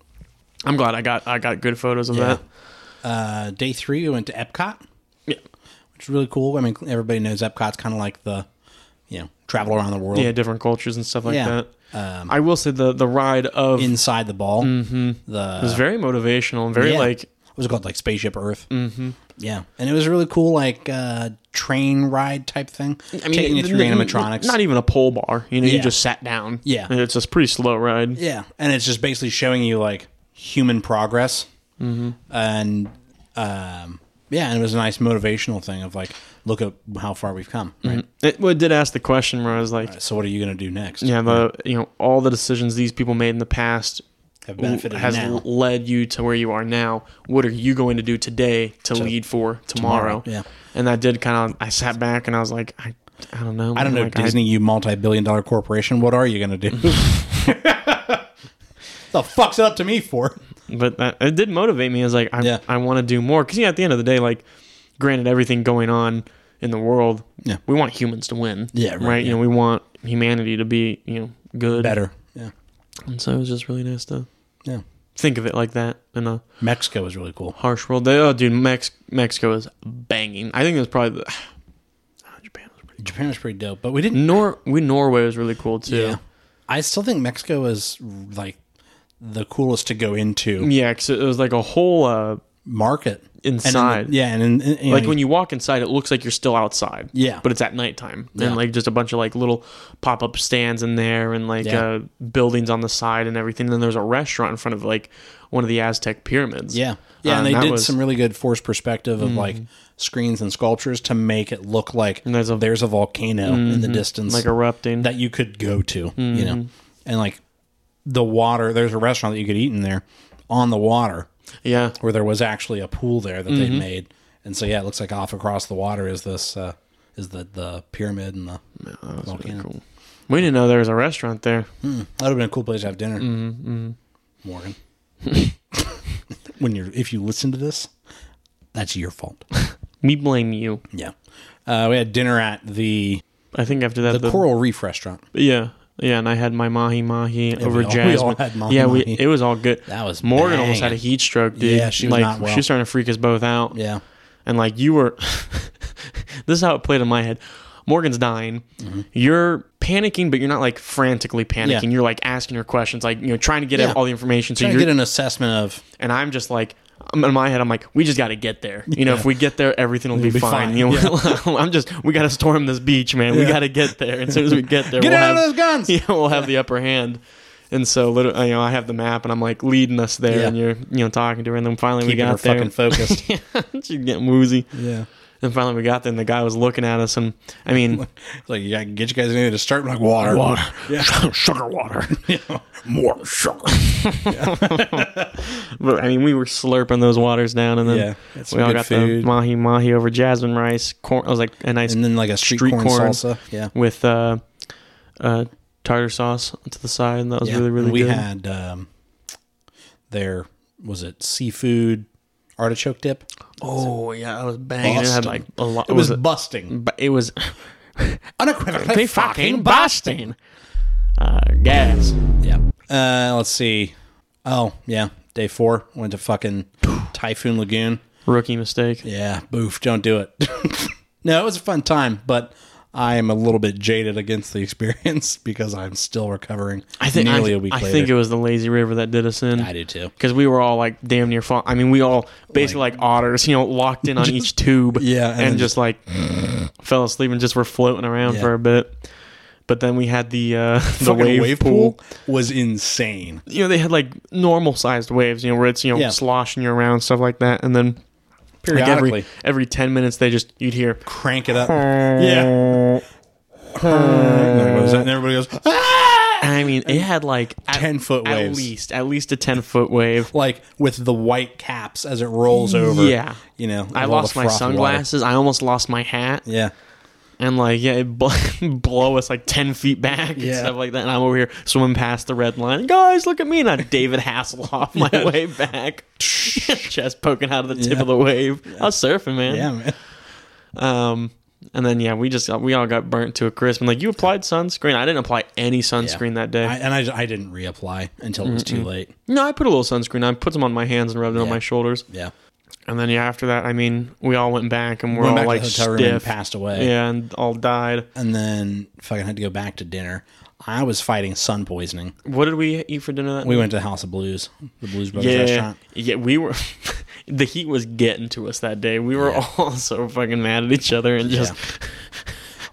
Speaker 2: i'm glad i got i got good photos of
Speaker 1: Yeah.
Speaker 2: that
Speaker 1: Uh, day three, we went to Epcot,
Speaker 2: yeah
Speaker 1: which is really cool. I mean, everybody knows Epcot's kind of like the, you know, travel around the world.
Speaker 2: yeah different cultures and stuff like
Speaker 1: Yeah.
Speaker 2: that i will say the the ride of is
Speaker 1: Inside the ball, the
Speaker 2: very motivational and Mm-hmm. very
Speaker 1: Yeah.
Speaker 2: like
Speaker 1: what was it called like Spaceship Earth. Mm-hmm. Yeah, and it was a really cool like uh, train ride type thing. I mean, taking you through
Speaker 2: n- n-
Speaker 1: animatronics.
Speaker 2: Not even a pole bar. You know, you
Speaker 1: Yeah.
Speaker 2: just sat down.
Speaker 1: Yeah.
Speaker 2: And it's a pretty slow ride.
Speaker 1: yeah, and it's just basically showing you like human progress,
Speaker 2: Mm-hmm.
Speaker 1: and um, yeah, and it was a nice motivational thing of like, look at how far we've come. Right.
Speaker 2: It, well, it did ask the question where I was like,
Speaker 1: So what are you gonna do next?
Speaker 2: yeah, the you know all the decisions these people made in the past
Speaker 1: have
Speaker 2: l-
Speaker 1: benefited
Speaker 2: has
Speaker 1: now.
Speaker 2: l- led you to where you are now. What are you going to do today to, lead for tomorrow?
Speaker 1: tomorrow, yeah.
Speaker 2: And that did kind of. I sat back and I was like, I, I don't know.
Speaker 1: I don't know, Disney, you multi-billion-dollar corporation. What are you gonna do? the fuck's it up to me for?
Speaker 2: but that, it did motivate me. I was like, I,
Speaker 1: Yeah.
Speaker 2: I want to do more because yeah, at the end of the day, like, granted, everything going on in the world,
Speaker 1: Yeah.
Speaker 2: we want humans to win,
Speaker 1: Yeah,
Speaker 2: right.
Speaker 1: right,
Speaker 2: You know, we want humanity to be, you know, good,
Speaker 1: Better. Yeah.
Speaker 2: and so it was just really nice to
Speaker 1: Yeah.
Speaker 2: think of it like that in a
Speaker 1: Mexico was really cool.
Speaker 2: harsh world. They, oh, dude, Mex- Mexico is banging. I think it was probably the, Ah, Japan was pretty.
Speaker 1: Japan was pretty dope, but we didn't.
Speaker 2: Nor we Norway was really cool too.
Speaker 1: Yeah. I still think Mexico is like the coolest to go into
Speaker 2: Yeah, 'cause it was like a whole uh,
Speaker 1: market
Speaker 2: inside.
Speaker 1: And in- yeah, and, in- in-
Speaker 2: Like when you walk inside, it looks like you're still outside.
Speaker 1: Yeah.
Speaker 2: But it's at nighttime.
Speaker 1: Yeah.
Speaker 2: And like just a bunch of like little pop up stands in there and like
Speaker 1: Yeah.
Speaker 2: uh, buildings on the side and everything. And then there's a restaurant in front of like one of the Aztec pyramids.
Speaker 1: Yeah. Yeah,
Speaker 2: Uh,
Speaker 1: and they
Speaker 2: that
Speaker 1: did
Speaker 2: was- Mm.
Speaker 1: some really good forced perspective of like screens and sculptures to make it look like
Speaker 2: there's
Speaker 1: there's
Speaker 2: a- Mm-hmm.
Speaker 1: a, volcano in the distance
Speaker 2: Like Mm-hmm. erupting.
Speaker 1: that you could go to, you know. And like the water, there's a restaurant that you could eat in there on the water
Speaker 2: yeah.
Speaker 1: where there was actually a pool there that
Speaker 2: Mm-hmm.
Speaker 1: they made. And so yeah, it looks like off across the water is this uh is the the pyramid and the Oh,
Speaker 2: That was really
Speaker 1: volcano.
Speaker 2: cool. We didn't know there was a restaurant there.
Speaker 1: That would have been a cool place to have dinner. Mm-hmm, Morgan. when you're if you listen to this, that's your fault.
Speaker 2: We blame you.
Speaker 1: Yeah. Uh, we had dinner at the
Speaker 2: I think after that,
Speaker 1: the Coral Reef restaurant.
Speaker 2: Yeah. Yeah, and I had my mahi mahi
Speaker 1: we
Speaker 2: over
Speaker 1: all- we
Speaker 2: jasmine.
Speaker 1: all had mahi
Speaker 2: yeah, we,
Speaker 1: mahi.
Speaker 2: it was all good.
Speaker 1: That was
Speaker 2: Morgan almost had a
Speaker 1: banging.
Speaker 2: heat stroke, dude.
Speaker 1: Yeah, she was
Speaker 2: like
Speaker 1: not well.
Speaker 2: she was starting to freak us both out.
Speaker 1: Yeah.
Speaker 2: and like you were this is how it played in my head morgan's dying you're panicking but you're not like frantically panicking
Speaker 1: Mm-hmm. Yeah.
Speaker 2: you're like asking her questions like you know trying to get
Speaker 1: Yeah.
Speaker 2: all the information so
Speaker 1: Trying
Speaker 2: you're
Speaker 1: to get an assessment of
Speaker 2: and i'm just like I'm- in my head i'm like we just got to get there you know if we get there everything will be,
Speaker 1: be
Speaker 2: fine,
Speaker 1: fine.
Speaker 2: you know i'm just we got to storm this beach man we
Speaker 1: Yeah.
Speaker 2: got to get there and as soon as we get there
Speaker 1: get
Speaker 2: we'll
Speaker 1: out
Speaker 2: have-
Speaker 1: of those guns.
Speaker 2: yeah, we'll have the upper hand. And so, literally, you know, I have the map, and I'm like leading us there,
Speaker 1: Yeah.
Speaker 2: and you're, you know, talking to her, and then finally we
Speaker 1: Keeping her
Speaker 2: got there.
Speaker 1: fucking focused.
Speaker 2: She's getting woozy.
Speaker 1: yeah.
Speaker 2: And finally, we got there, and the guy was looking at us, and I mean,
Speaker 1: It's like you gotta get you guys anything to start like water.
Speaker 2: Water.
Speaker 1: Yeah. sugar water. yeah. More sugar.
Speaker 2: but, I mean, we were slurping those waters down, and then
Speaker 1: Yeah. That's
Speaker 2: we all
Speaker 1: good
Speaker 2: got
Speaker 1: food.
Speaker 2: the mahi mahi over jasmine rice. Corn, it was like a nice
Speaker 1: And then like a street,
Speaker 2: Street
Speaker 1: corn,
Speaker 2: corn.
Speaker 1: salsa. Yeah.
Speaker 2: with uh, uh, tartar sauce to the side, and that was
Speaker 1: yeah.
Speaker 2: really really
Speaker 1: And we
Speaker 2: good.
Speaker 1: had um their was it seafood artichoke dip?
Speaker 2: oh yeah, that was banging. It
Speaker 1: Boston.
Speaker 2: had like a lot.
Speaker 1: It was,
Speaker 2: it,
Speaker 1: busting.
Speaker 2: but it was
Speaker 1: Unequivocally
Speaker 2: they fucking busting. Uh, gas.
Speaker 1: Yeah. Uh, let's see. Oh, yeah. Day four went to fucking Typhoon Lagoon.
Speaker 2: Rookie mistake.
Speaker 1: Yeah. Boof. Don't do it. no, it was a fun time, but I am a little bit jaded against the experience because I'm still recovering.
Speaker 2: I think
Speaker 1: nearly
Speaker 2: I,
Speaker 1: a week
Speaker 2: I
Speaker 1: later.
Speaker 2: think it was the lazy river that did us in.
Speaker 1: I do too.
Speaker 2: because we were all like damn near fall. I mean, we all basically like, otters, you know, locked in on each tube.
Speaker 1: Yeah,
Speaker 2: and,
Speaker 1: and then
Speaker 2: just like fell asleep and just were floating around
Speaker 1: Yeah.
Speaker 2: for a bit. But then we had the uh, the
Speaker 1: Fucking
Speaker 2: wave, pool.
Speaker 1: was insane.
Speaker 2: You know, they had like normal sized waves. You know, where it's you know
Speaker 1: Yeah.
Speaker 2: sloshing you around stuff like that, and then like
Speaker 1: Periodically,
Speaker 2: every every ten minutes they just you'd hear.
Speaker 1: crank it up. yeah. And everybody goes, and everybody goes "Ah!"
Speaker 2: I mean, it had like at-
Speaker 1: 10-foot
Speaker 2: at
Speaker 1: waves.
Speaker 2: least at least a ten foot wave.
Speaker 1: like with the white caps as it rolls over.
Speaker 2: Yeah.
Speaker 1: You know,
Speaker 2: I
Speaker 1: with all
Speaker 2: lost
Speaker 1: the
Speaker 2: my
Speaker 1: frothy water.
Speaker 2: sunglasses. I almost lost my hat.
Speaker 1: Yeah.
Speaker 2: and like yeah, it bl- blow us like ten feet back and
Speaker 1: Yeah.
Speaker 2: stuff like that. And I'm over here swimming past the red line. Guys, look at me! And I David Hasselhoff my way back, chest poking out of the tip
Speaker 1: Yeah.
Speaker 2: of the wave. I was surfing, man.
Speaker 1: Yeah, man.
Speaker 2: Um, and then yeah, we just we all got burnt to a crisp. And like you applied sunscreen, I didn't apply any sunscreen that day.
Speaker 1: I, and I, I didn't reapply until it was too late.
Speaker 2: no, I put a little sunscreen. I put some on my hands and rubbed it on
Speaker 1: Yeah.
Speaker 2: my shoulders.
Speaker 1: Yeah.
Speaker 2: And then yeah, after that, I mean, we all went back and we're all
Speaker 1: Went back
Speaker 2: like
Speaker 1: to the
Speaker 2: stiff.
Speaker 1: hotel room and passed away.
Speaker 2: yeah, and all died.
Speaker 1: And then fucking had to go back to dinner. I was fighting sun poisoning.
Speaker 2: What did we eat for dinner that
Speaker 1: We went to the House of Blues, the Blues Brothers
Speaker 2: yeah,
Speaker 1: restaurant.
Speaker 2: Yeah, we were. the heat was getting to us that day. We were all so fucking mad at each other and just.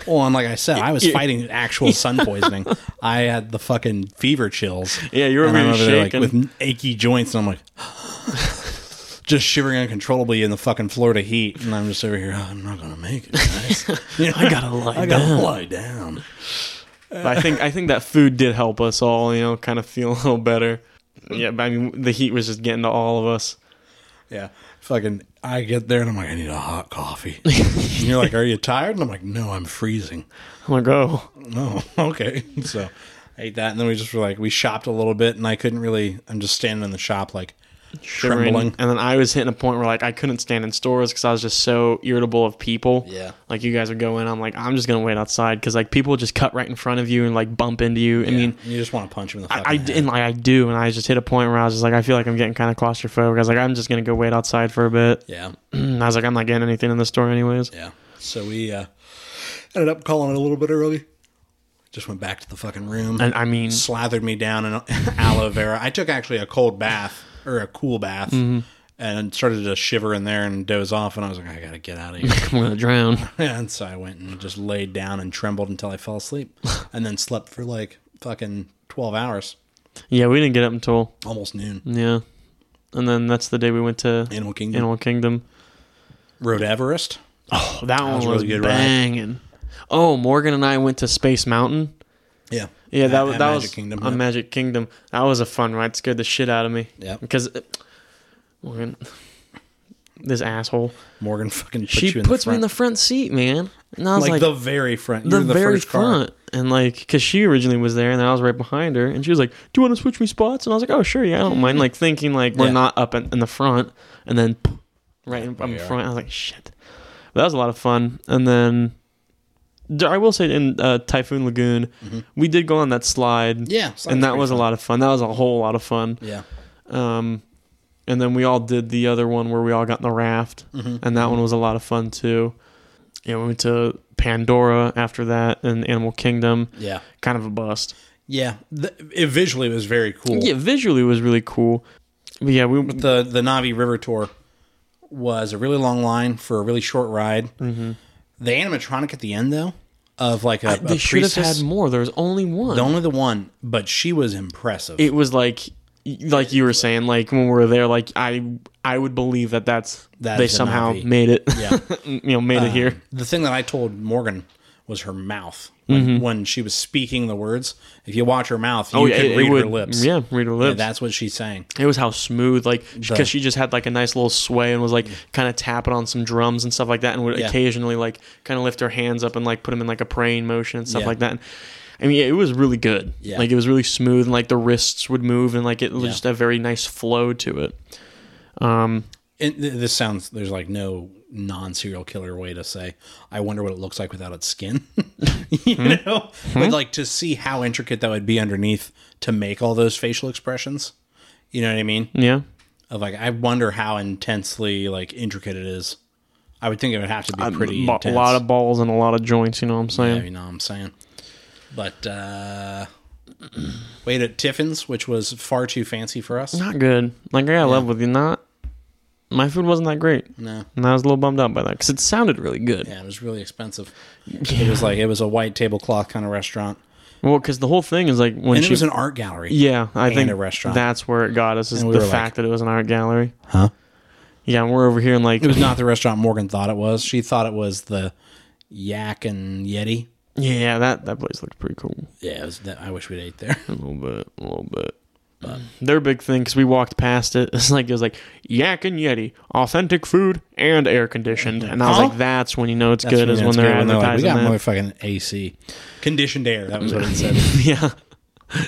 Speaker 1: Well, and like I said, I was
Speaker 2: Yeah.
Speaker 1: fighting actual sun poisoning. I had the fucking fever chills.
Speaker 2: Yeah, you were
Speaker 1: And I'm
Speaker 2: really
Speaker 1: over there,
Speaker 2: shaking.
Speaker 1: like, with achy joints, and I'm like, just shivering uncontrollably in the fucking Florida heat, and I'm just over here. "Oh, I'm not gonna make it, guys. You know,
Speaker 2: I gotta lie
Speaker 1: I gotta lie down.
Speaker 2: But I think I think that food did help us all. You know, kind of feel a little better. Yeah, but I mean, the heat was just getting to all of us.
Speaker 1: Yeah. Fucking, I get there and I'm like, I need a hot coffee. and you're like, Are you tired? And I'm like, No, I'm freezing.
Speaker 2: I'm like, oh,
Speaker 1: Oh, okay. So I ate that. And then we just were like, We shopped a little bit and I couldn't really, I'm just standing in the shop like,
Speaker 2: shivering,
Speaker 1: Trembling.
Speaker 2: and then I was hitting a point where like I couldn't stand in stores because I was just so irritable of people.
Speaker 1: Yeah.
Speaker 2: like you guys would go in, I'm like, I'm just gonna wait outside because like people just cut right in front of you and like bump into you. I mean,
Speaker 1: you just want to punch him in the fucking
Speaker 2: I, I
Speaker 1: head.
Speaker 2: and like I do, and I just hit a point where I was just like, I feel like I'm getting kind of claustrophobic. I was like, I'm just gonna go wait outside for a bit.
Speaker 1: Yeah,
Speaker 2: I was like, I'm not getting anything in the store anyways.
Speaker 1: yeah. So we uh, ended up calling it a little bit early. Just went back to the fucking room.
Speaker 2: And I mean,
Speaker 1: slathered me down in aloe vera. I took actually a cold bath or a cool bath
Speaker 2: Mm-hmm.
Speaker 1: and started to shiver in there and doze off. And I was like, I gotta get out of here.
Speaker 2: I'm gonna drown.
Speaker 1: and so I went and just laid down and trembled until I fell asleep, and then slept for like fucking twelve hours,
Speaker 2: Yeah, we didn't get up until
Speaker 1: almost noon.
Speaker 2: yeah, and then that's the day we went to
Speaker 1: Animal Kingdom,
Speaker 2: Animal Kingdom.
Speaker 1: Road Everest.
Speaker 2: Oh, that, one
Speaker 1: was
Speaker 2: was,
Speaker 1: a really good ride.
Speaker 2: banging. Oh, Morgan and I went to Space Mountain.
Speaker 1: Yeah,
Speaker 2: Yeah, that
Speaker 1: At-
Speaker 2: was
Speaker 1: at
Speaker 2: that
Speaker 1: Magic
Speaker 2: was
Speaker 1: Kingdom.
Speaker 2: on
Speaker 1: yeah.
Speaker 2: Magic Kingdom. That was a fun ride. Scared the shit out of me.
Speaker 1: Yeah.
Speaker 2: because it- Morgan, this asshole,
Speaker 1: Morgan fucking put
Speaker 2: she
Speaker 1: you in
Speaker 2: puts
Speaker 1: the
Speaker 2: me in
Speaker 1: front.
Speaker 2: the front seat, man. And I was
Speaker 1: like,
Speaker 2: like,
Speaker 1: the very front, you
Speaker 2: the,
Speaker 1: were the
Speaker 2: very
Speaker 1: first car.
Speaker 2: front, and like, because she originally was there, and I was right behind her, and she was like, "Do you want to switch me spots?" And I was like, "Oh, sure, yeah, I don't mind." Like thinking like we're
Speaker 1: Yeah.
Speaker 2: not up in, in the front, and then right in,
Speaker 1: Yeah,
Speaker 2: I'm
Speaker 1: we are.
Speaker 2: front. I was like, "Shit," but that was a lot of fun. And then d- I will say in uh, Typhoon Lagoon, we did go on that slide,
Speaker 1: Mm-hmm. Yeah, so
Speaker 2: and
Speaker 1: that's
Speaker 2: that was
Speaker 1: pretty
Speaker 2: a lot of fun. That was a whole lot of fun.
Speaker 1: fun. Yeah,
Speaker 2: Um, and then we all did the other one where we all got in the raft,
Speaker 1: Mm-hmm.
Speaker 2: and that one was a lot of fun too. Yeah, we went to Pandora after that, and Animal Kingdom,
Speaker 1: yeah,
Speaker 2: kind of a bust.
Speaker 1: yeah. The, it visually was very cool.
Speaker 2: Yeah, visually it was really cool. But yeah, we
Speaker 1: the the Navi River tour was a really long line for a really short ride. Mm-hmm. The animatronic at the end, though, of like a,
Speaker 2: they
Speaker 1: a
Speaker 2: should have
Speaker 1: priestess,
Speaker 2: had more. There was only one.
Speaker 1: the only the one, but she was impressive.
Speaker 2: It was like, like you were saying, like when we were there, like I I would believe that that's
Speaker 1: That
Speaker 2: they
Speaker 1: is a
Speaker 2: somehow
Speaker 1: Na'vi.
Speaker 2: made it.
Speaker 1: Yeah. Uh,
Speaker 2: you know, made it here.
Speaker 1: the thing that I told Morgan was her mouth when, when she was speaking the words. If you watch her mouth, you
Speaker 2: Mm-hmm. Oh yeah,
Speaker 1: could
Speaker 2: it, it
Speaker 1: read
Speaker 2: would,
Speaker 1: her lips.
Speaker 2: Yeah, read her lips.
Speaker 1: And that's what she's saying.
Speaker 2: It was how smooth, like, because she just had like a nice little sway and was like kind of tapping on some drums and stuff like that, and would
Speaker 1: Mm. Yeah.
Speaker 2: occasionally like kind of lift her hands up and like put them in like a praying motion and stuff
Speaker 1: Yeah.
Speaker 2: like that. And, I mean, it was really good.
Speaker 1: Yeah.
Speaker 2: Like it was really smooth, and like the wrists would move, and like it was just a very nice flow to it.
Speaker 1: And th- this sounds there's like no non serial killer way to say. I wonder what it looks like without its skin. you
Speaker 2: Hmm?
Speaker 1: know, but like to see how intricate that would be underneath to make all those facial expressions. You know what I mean?
Speaker 2: Yeah,
Speaker 1: Of like, I wonder how intensely like intricate it is. I would think it would have to be pretty
Speaker 2: Ba- a
Speaker 1: intense.
Speaker 2: lot of balls and a lot of joints. You know what I'm saying?
Speaker 1: Yeah, you know what I'm saying. But uh wait at Tiffin's, which was far too fancy for us.
Speaker 2: Not good. Like I got love with you. Not my food wasn't that great,
Speaker 1: No.
Speaker 2: and I was a little bummed out by that because it sounded really good.
Speaker 1: Yeah, it was really expensive. It was like it was a white tablecloth kind of restaurant.
Speaker 2: Well, because the whole thing is like when
Speaker 1: And
Speaker 2: she
Speaker 1: it was an art gallery.
Speaker 2: Yeah, I think
Speaker 1: a restaurant.
Speaker 2: That's where it got us is
Speaker 1: we
Speaker 2: the
Speaker 1: were like-
Speaker 2: fact that it was an art gallery.
Speaker 1: Huh?
Speaker 2: Yeah, and we're over here and like
Speaker 1: It was not the restaurant Morgan thought it was. She thought it was the Yak and Yeti.
Speaker 2: yeah, that that place looks pretty cool.
Speaker 1: Yeah, it was that, I wish we'd ate there.
Speaker 2: A little bit, a little bit. Their big thing because we walked past it. It's like it was like Yak and Yeti, authentic food and air conditioned. And I was
Speaker 1: Huh?
Speaker 2: like, that's when you know it's
Speaker 1: That's
Speaker 2: good is
Speaker 1: it's
Speaker 2: when they're
Speaker 1: good when like, we
Speaker 2: advertising
Speaker 1: got
Speaker 2: that.
Speaker 1: motherfucking AC, conditioned air. That was what it said.
Speaker 2: yeah.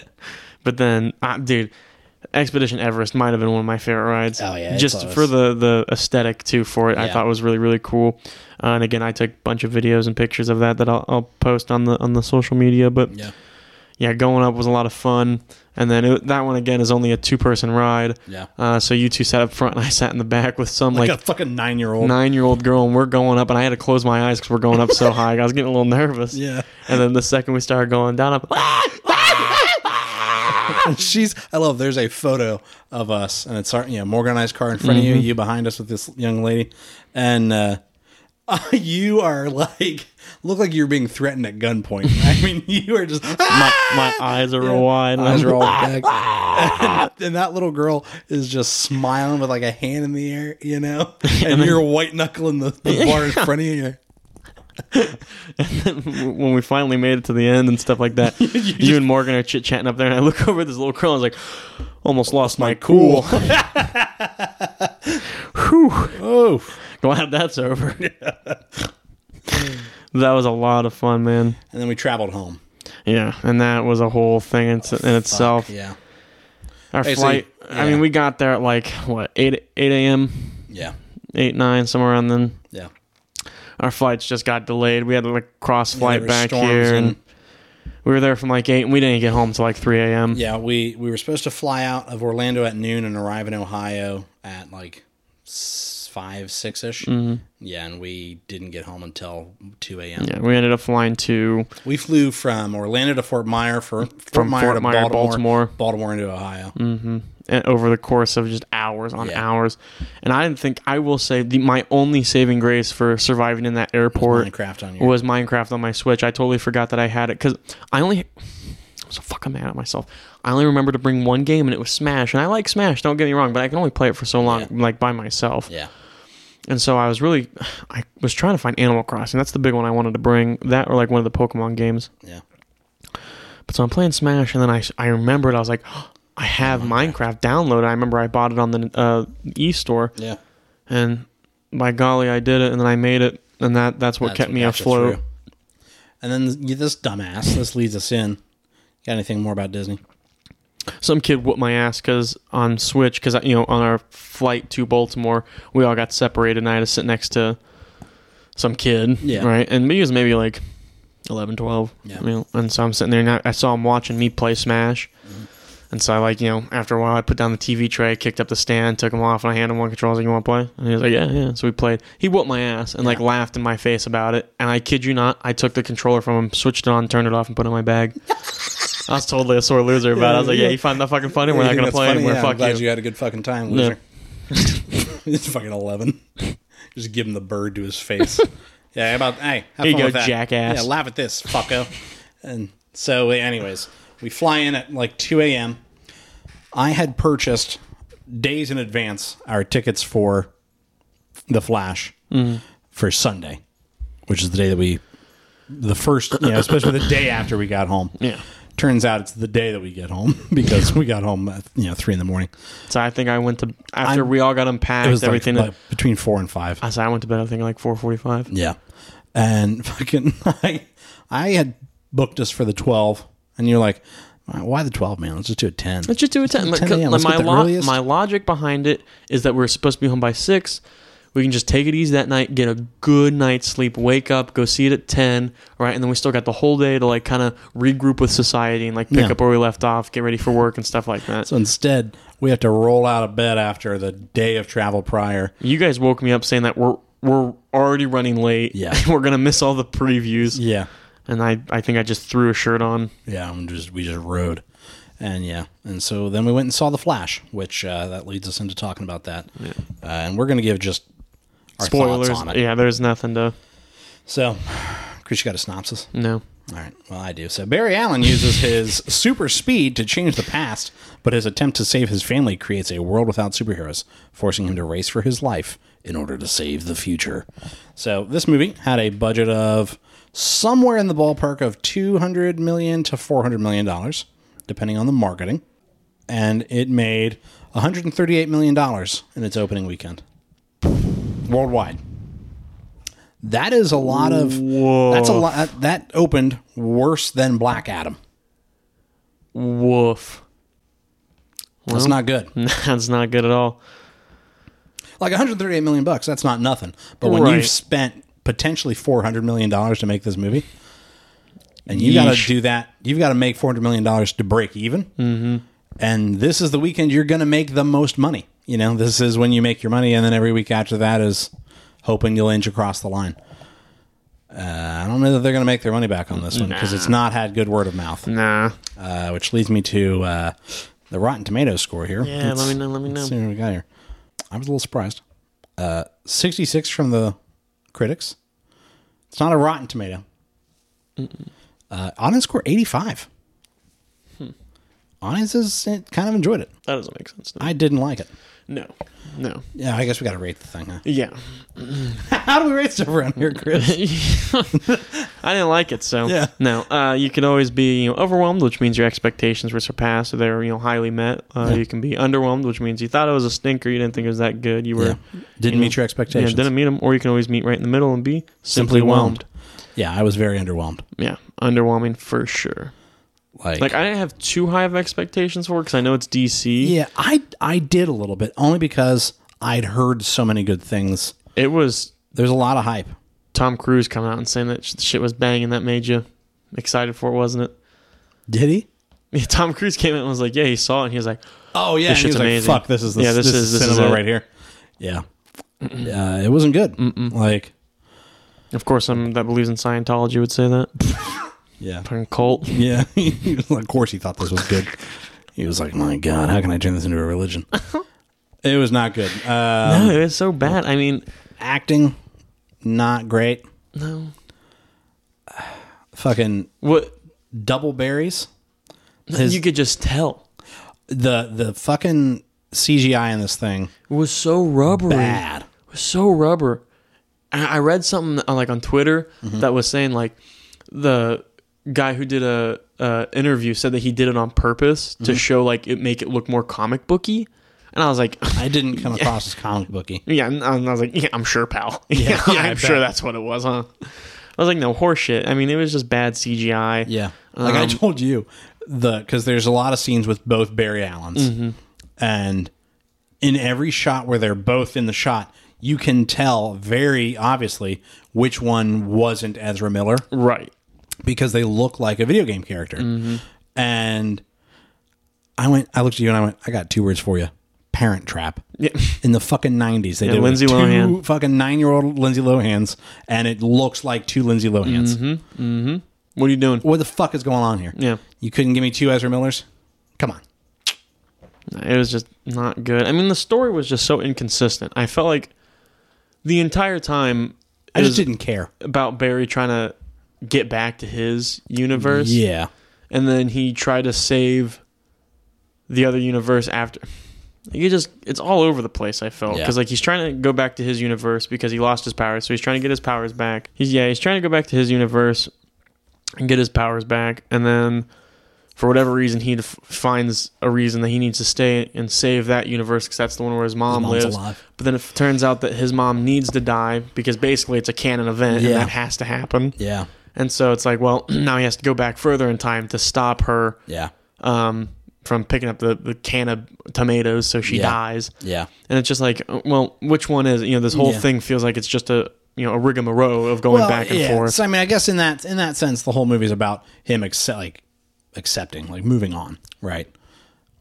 Speaker 2: but then, uh, dude, Expedition Everest might have been one of my favorite rides.
Speaker 1: Oh, yeah, it's
Speaker 2: just
Speaker 1: close.
Speaker 2: for the the aesthetic too for it. I
Speaker 1: Yeah.
Speaker 2: thought was really really cool. Uh, and again, I took a bunch of videos and pictures of that that I'll, I'll post on the on the social media. But
Speaker 1: Yeah,
Speaker 2: yeah, going up was a lot of fun. And then it, that one again is only a two person ride.
Speaker 1: yeah.
Speaker 2: Uh, so you two sat up front and I sat in the back with some
Speaker 1: Like,
Speaker 2: like,
Speaker 1: a fucking nine year old.
Speaker 2: nine year old girl and we're going up and I had to close my eyes because we're going up so high. I was getting a little nervous.
Speaker 1: Yeah,
Speaker 2: And then the second we started going down, I'm
Speaker 1: And she's. I love. There's a photo of us, and it's our you know Morgan and I's car in front of you, you behind us with this young lady, and uh, you are like look like you're being threatened at gunpoint. I mean, you are just.
Speaker 2: my, my eyes are wide. and
Speaker 1: eyes
Speaker 2: I'm-
Speaker 1: are all back. and, that little girl is just smiling with like a hand in the air, you know? And you're white knuckling the, the bar in front of you. You're-
Speaker 2: when we finally made it to the end and stuff like that. you, and Morgan are chit chatting up there, and I look over at this little girl. And I was like, almost lost my cool. Whew.
Speaker 1: Oh.
Speaker 2: Glad that's over. that was a lot of fun, man.
Speaker 1: And then we traveled home.
Speaker 2: Yeah, and that was a whole thing in, in itself.
Speaker 1: Yeah.
Speaker 2: Our
Speaker 1: Hey, so
Speaker 2: flight.
Speaker 1: you-
Speaker 2: I
Speaker 1: yeah.
Speaker 2: mean, we got there at like what eight eight a.m.
Speaker 1: Yeah.
Speaker 2: eight nine somewhere around then.
Speaker 1: Yeah.
Speaker 2: Our flights just got delayed. We had to like cross flight
Speaker 1: there were
Speaker 2: back
Speaker 1: storms
Speaker 2: here, and,
Speaker 1: and-
Speaker 2: we were there from like eight, and we didn't get home till like three a.m.
Speaker 1: Yeah, we we were supposed to fly out of Orlando at noon and arrive in Ohio at like s- five six ish. Yeah, and we didn't get home until two a.m.
Speaker 2: Mm-hmm. Yeah, we ended up flying to
Speaker 1: We flew from Orlando to Fort Myer for Fort
Speaker 2: From
Speaker 1: Myer
Speaker 2: Fort
Speaker 1: to
Speaker 2: Myer,
Speaker 1: Baltimore,
Speaker 2: Baltimore. Mm-hmm.
Speaker 1: Baltimore into Ohio.
Speaker 2: and over the course of just hours on
Speaker 1: Yeah.
Speaker 2: hours, and I didn't think I will say the, my only saving grace for surviving in that airport
Speaker 1: Minecraft on your
Speaker 2: was Minecraft on my Switch. I totally forgot that I had it because I only I was so fucking mad at myself. I only remember to bring one game and it was Smash, and I like Smash. Don't get me wrong, but I can only play it for so long,
Speaker 1: Yeah.
Speaker 2: like by myself.
Speaker 1: yeah.
Speaker 2: And so I was really, I was trying to find Animal Crossing. That's the big one I wanted to bring. That or like one of the Pokemon games.
Speaker 1: Yeah.
Speaker 2: But so I'm playing Smash, and then I I remembered I was like. I have Minecraft downloaded. I remember I bought it on the uh, e store,
Speaker 1: Yeah.
Speaker 2: and by golly, I did it, and then I made it, and that that's what
Speaker 1: That's
Speaker 2: kept me
Speaker 1: got you
Speaker 2: afloat.
Speaker 1: through. And then you- this dumbass, this leads us in. Got anything more about Disney?
Speaker 2: some kid whooped my ass because on Switch, because you know on our flight to Baltimore, we all got separated, and I had to sit next to some kid,
Speaker 1: Yeah.
Speaker 2: right, and he was maybe like 11, 12,
Speaker 1: Yeah.
Speaker 2: you know, and so I'm sitting there, and I, I saw him watching me play Smash,
Speaker 1: Mm-hmm.
Speaker 2: and so I like you know after a while I put down the TV tray, kicked up the stand, took him off, and I handed him one controller, I was like, you want to play? And he was like, yeah, yeah. So we played. He whooped my ass and like
Speaker 1: Yeah.
Speaker 2: laughed in my face about it, and I kid you not, I took the controller from him, switched it on, turned it off, and put it in my bag. I was totally a sore loser about it. I was like, yeah,
Speaker 1: Yeah.
Speaker 2: you find that fucking funny. We're not
Speaker 1: Anything
Speaker 2: going to
Speaker 1: that's
Speaker 2: play
Speaker 1: funny?
Speaker 2: anymore.
Speaker 1: Yeah, I'm
Speaker 2: Fuck
Speaker 1: glad
Speaker 2: you.
Speaker 1: you had a good fucking time,
Speaker 2: Yeah.
Speaker 1: loser. It's fucking eleven. Just give him the bird to his face. yeah, how about hey, have
Speaker 2: Here you
Speaker 1: fun
Speaker 2: go,
Speaker 1: with that.
Speaker 2: jackass.
Speaker 1: Yeah, laugh at this, fucko. and so, anyways, we fly in at like two a.m. I had purchased days in advance our tickets for the Flash
Speaker 2: Mm-hmm.
Speaker 1: for Sunday, which is the day that we, the first, you know, especially the day after we got home.
Speaker 2: Yeah.
Speaker 1: Turns out it's the day that we get home because we got home at you know three in the morning.
Speaker 2: So I think I went to after
Speaker 1: I'm-
Speaker 2: we all got
Speaker 1: It
Speaker 2: unpacked
Speaker 1: was
Speaker 2: everything.
Speaker 1: like, like between four and five.
Speaker 2: I said I went to bed. I think like four forty-five.
Speaker 1: Yeah. And fucking, I, I had booked us for the 12, and you're like, why the 12, man? Let's just do a 10.
Speaker 2: Let's just do a ten. Like,
Speaker 1: 10 a.m.
Speaker 2: like,
Speaker 1: Let's
Speaker 2: my
Speaker 1: get the
Speaker 2: lo-
Speaker 1: earliest.
Speaker 2: my logic behind it is that we're supposed to be home by six. We can just take it easy that night, get a good night's sleep, wake up, go see it at ten, right? And then we still got the whole day to like kind of regroup with society and like pick
Speaker 1: Yeah.
Speaker 2: up where we left off, get ready for work and stuff like that.
Speaker 1: So instead, we have to roll out of bed after the day of travel prior.
Speaker 2: You guys woke me up saying that we're we're already running late.
Speaker 1: Yeah.
Speaker 2: we're gonna miss all the previews.
Speaker 1: Yeah.
Speaker 2: And I, I think I just threw a shirt on.
Speaker 1: Yeah. I'm just, we just rode. And yeah. And so then we went and saw The Flash, which uh, that leads us into talking about that. Uh, and we're going to give just our
Speaker 2: Spoilers.
Speaker 1: thoughts on it.
Speaker 2: Yeah, there's nothing to
Speaker 1: So, Chris, you got a synopsis?
Speaker 2: no.
Speaker 1: All right. Well, I do. So Barry Allen uses his super speed to change the past, but his attempt to save his family creates a world without superheroes, forcing him to race for his life in order to save the future. So this movie had a budget of somewhere in the ballpark of 200 million to 400 million dollars, depending on the marketing, and it made 138 million dollars in its opening weekend worldwide. That is a lot of. That's a lot. That opened worse than Black Adam.
Speaker 2: Woof.
Speaker 1: That's not good.
Speaker 2: That's not good at all.
Speaker 1: Like 138 million bucks. That's not nothing. But when
Speaker 2: Right.
Speaker 1: you've spent potentially 400 million dollars to make this movie, and you got to
Speaker 2: Yeesh.
Speaker 1: do that, you've got to make 400 million dollars to break even. Mm-hmm. And this is the weekend you're going to make the most money. You know, this is when you make your money, and then every week after that is hoping you'll inch across the line. Uh, I don't know that they're going to make their money back on this one because it's not had good word of mouth.
Speaker 2: Nah.
Speaker 1: uh, which leads me to uh, the Rotten Tomatoes score here.
Speaker 2: Yeah, let me know, let me know.
Speaker 1: let's see what we got here. I was a little surprised. Uh, 66 from the critics. It's not a Rotten Tomato. Uh, audience score 85. Audiences eh, kind of enjoyed it.
Speaker 2: That doesn't make sense. to me.
Speaker 1: I didn't like it.
Speaker 2: No. No.
Speaker 1: Yeah, I guess we got to rate the thing. Huh?
Speaker 2: Yeah.
Speaker 1: How do we rate stuff around here, Chris?
Speaker 2: I didn't like it, so
Speaker 1: Yeah.
Speaker 2: no. Uh, you can always be you know, overwhelmed, which means your expectations were surpassed, or they're you know highly met. Uh, You can be underwhelmed, which means you thought it was a stinker, you didn't think it was that good, you were
Speaker 1: Yeah. Didn't meet your
Speaker 2: yeah,
Speaker 1: expectations.
Speaker 2: didn't meet them, or you can always meet right in the middle and be simply whelmed.
Speaker 1: Yeah, I was very underwhelmed.
Speaker 2: Yeah, underwhelming for sure.
Speaker 1: Like,
Speaker 2: Like I didn't have too high of expectations for it because I know it's DC.
Speaker 1: yeah, I I did a little bit only because I'd heard so many good things.
Speaker 2: It was
Speaker 1: There's a lot of hype.
Speaker 2: Tom Cruise coming out and saying that sh- shit was banging that made you excited for it, wasn't it?
Speaker 1: Did he?
Speaker 2: Yeah, Tom Cruise came in and was like, "Yeah, he saw it." and He was like,
Speaker 1: Oh yeah,
Speaker 2: This
Speaker 1: and he
Speaker 2: shit's
Speaker 1: was like,
Speaker 2: amazing.
Speaker 1: Fuck, this is the,
Speaker 2: Yeah,
Speaker 1: this,
Speaker 2: this
Speaker 1: is,
Speaker 2: is- this is
Speaker 1: cinema
Speaker 2: it.
Speaker 1: right here. Yeah, uh, it wasn't good. Like,
Speaker 2: "Of course, someone that believes in Scientology would say that."
Speaker 1: yeah,
Speaker 2: Fucking cult.
Speaker 1: yeah. He was like, of course, he thought this was good. He was like, my god, how can I turn this into a religion? it was not good. Uh,
Speaker 2: No, it was so bad. I mean,
Speaker 1: Acting, not great.
Speaker 2: no.
Speaker 1: Fucking
Speaker 2: What
Speaker 1: double berries. His,
Speaker 2: you could just tell
Speaker 1: the the fucking CGI in this thing
Speaker 2: it was so rubbery.
Speaker 1: bad.
Speaker 2: was so rubber. And I read something uh, like on Twitter
Speaker 1: Mm-hmm.
Speaker 2: that was saying like the guy who did a uh, interview said that he did it on purpose
Speaker 1: Mm-hmm.
Speaker 2: to show like it make it look more comic booky, and I was like,
Speaker 1: I didn't come across as comic booky.
Speaker 2: yeah, and I was like, yeah, I'm sure, pal. Yeah,
Speaker 1: yeah, I
Speaker 2: I'm sure
Speaker 1: bet.
Speaker 2: that's what it was, huh? I was like, no horseshit. I mean, it was just bad CGI.
Speaker 1: Yeah, like I
Speaker 2: Um,
Speaker 1: told you, the because there's a lot of scenes with both Barry Allen's, and in every shot where they're both in the shot, you can tell very obviously which one wasn't Ezra Miller
Speaker 2: right.
Speaker 1: because they look like a video game character.
Speaker 2: Mm-hmm.
Speaker 1: And I went, I looked at you and I went, I got two words for you: Parent Trap.
Speaker 2: Yeah,
Speaker 1: in the fucking nineties. They did
Speaker 2: Lindsay
Speaker 1: with two
Speaker 2: Lohan.
Speaker 1: fucking nine year old Lindsay Lohans, and it looks like two Lindsay Lohans.
Speaker 2: what are you doing?
Speaker 1: What the fuck is going on here?
Speaker 2: Mm-hmm. Yeah,
Speaker 1: You couldn't give me two Ezra Millers? Come on.
Speaker 2: it was just not good. I mean, the story was just so inconsistent. I felt like the entire time
Speaker 1: I
Speaker 2: it
Speaker 1: just
Speaker 2: was-
Speaker 1: didn't care.
Speaker 2: about Barry trying to get back to his universe.
Speaker 1: Yeah.
Speaker 2: And then he tried to save the other universe after. You just it's all over the place I felt
Speaker 1: Yeah.
Speaker 2: cuz like he's trying to go back to his universe because he lost his powers. So he's trying to get his powers back. He's yeah, he's trying to go back to his universe and get his powers back and then for whatever reason he def- finds a reason that he needs to stay and save that universe cuz that's the one where his mom
Speaker 1: mom's
Speaker 2: lives.
Speaker 1: alive.
Speaker 2: But then it turns out that his mom needs to die because basically it's a canon event
Speaker 1: Yeah.
Speaker 2: and that has to happen.
Speaker 1: Yeah.
Speaker 2: And so it's like, well, now he has to go back further in time to stop her
Speaker 1: Yeah.
Speaker 2: um, from picking up the, the can of tomatoes so she
Speaker 1: Yeah.
Speaker 2: dies.
Speaker 1: Yeah.
Speaker 2: And it's just like, uh, well, which one is, it? you know, this whole
Speaker 1: Yeah.
Speaker 2: thing feels like it's just a, you know, a rigmarole of going back and forth.
Speaker 1: So I mean, I guess in that in that sense, the whole movie's about him accept, like accepting, like moving on, right?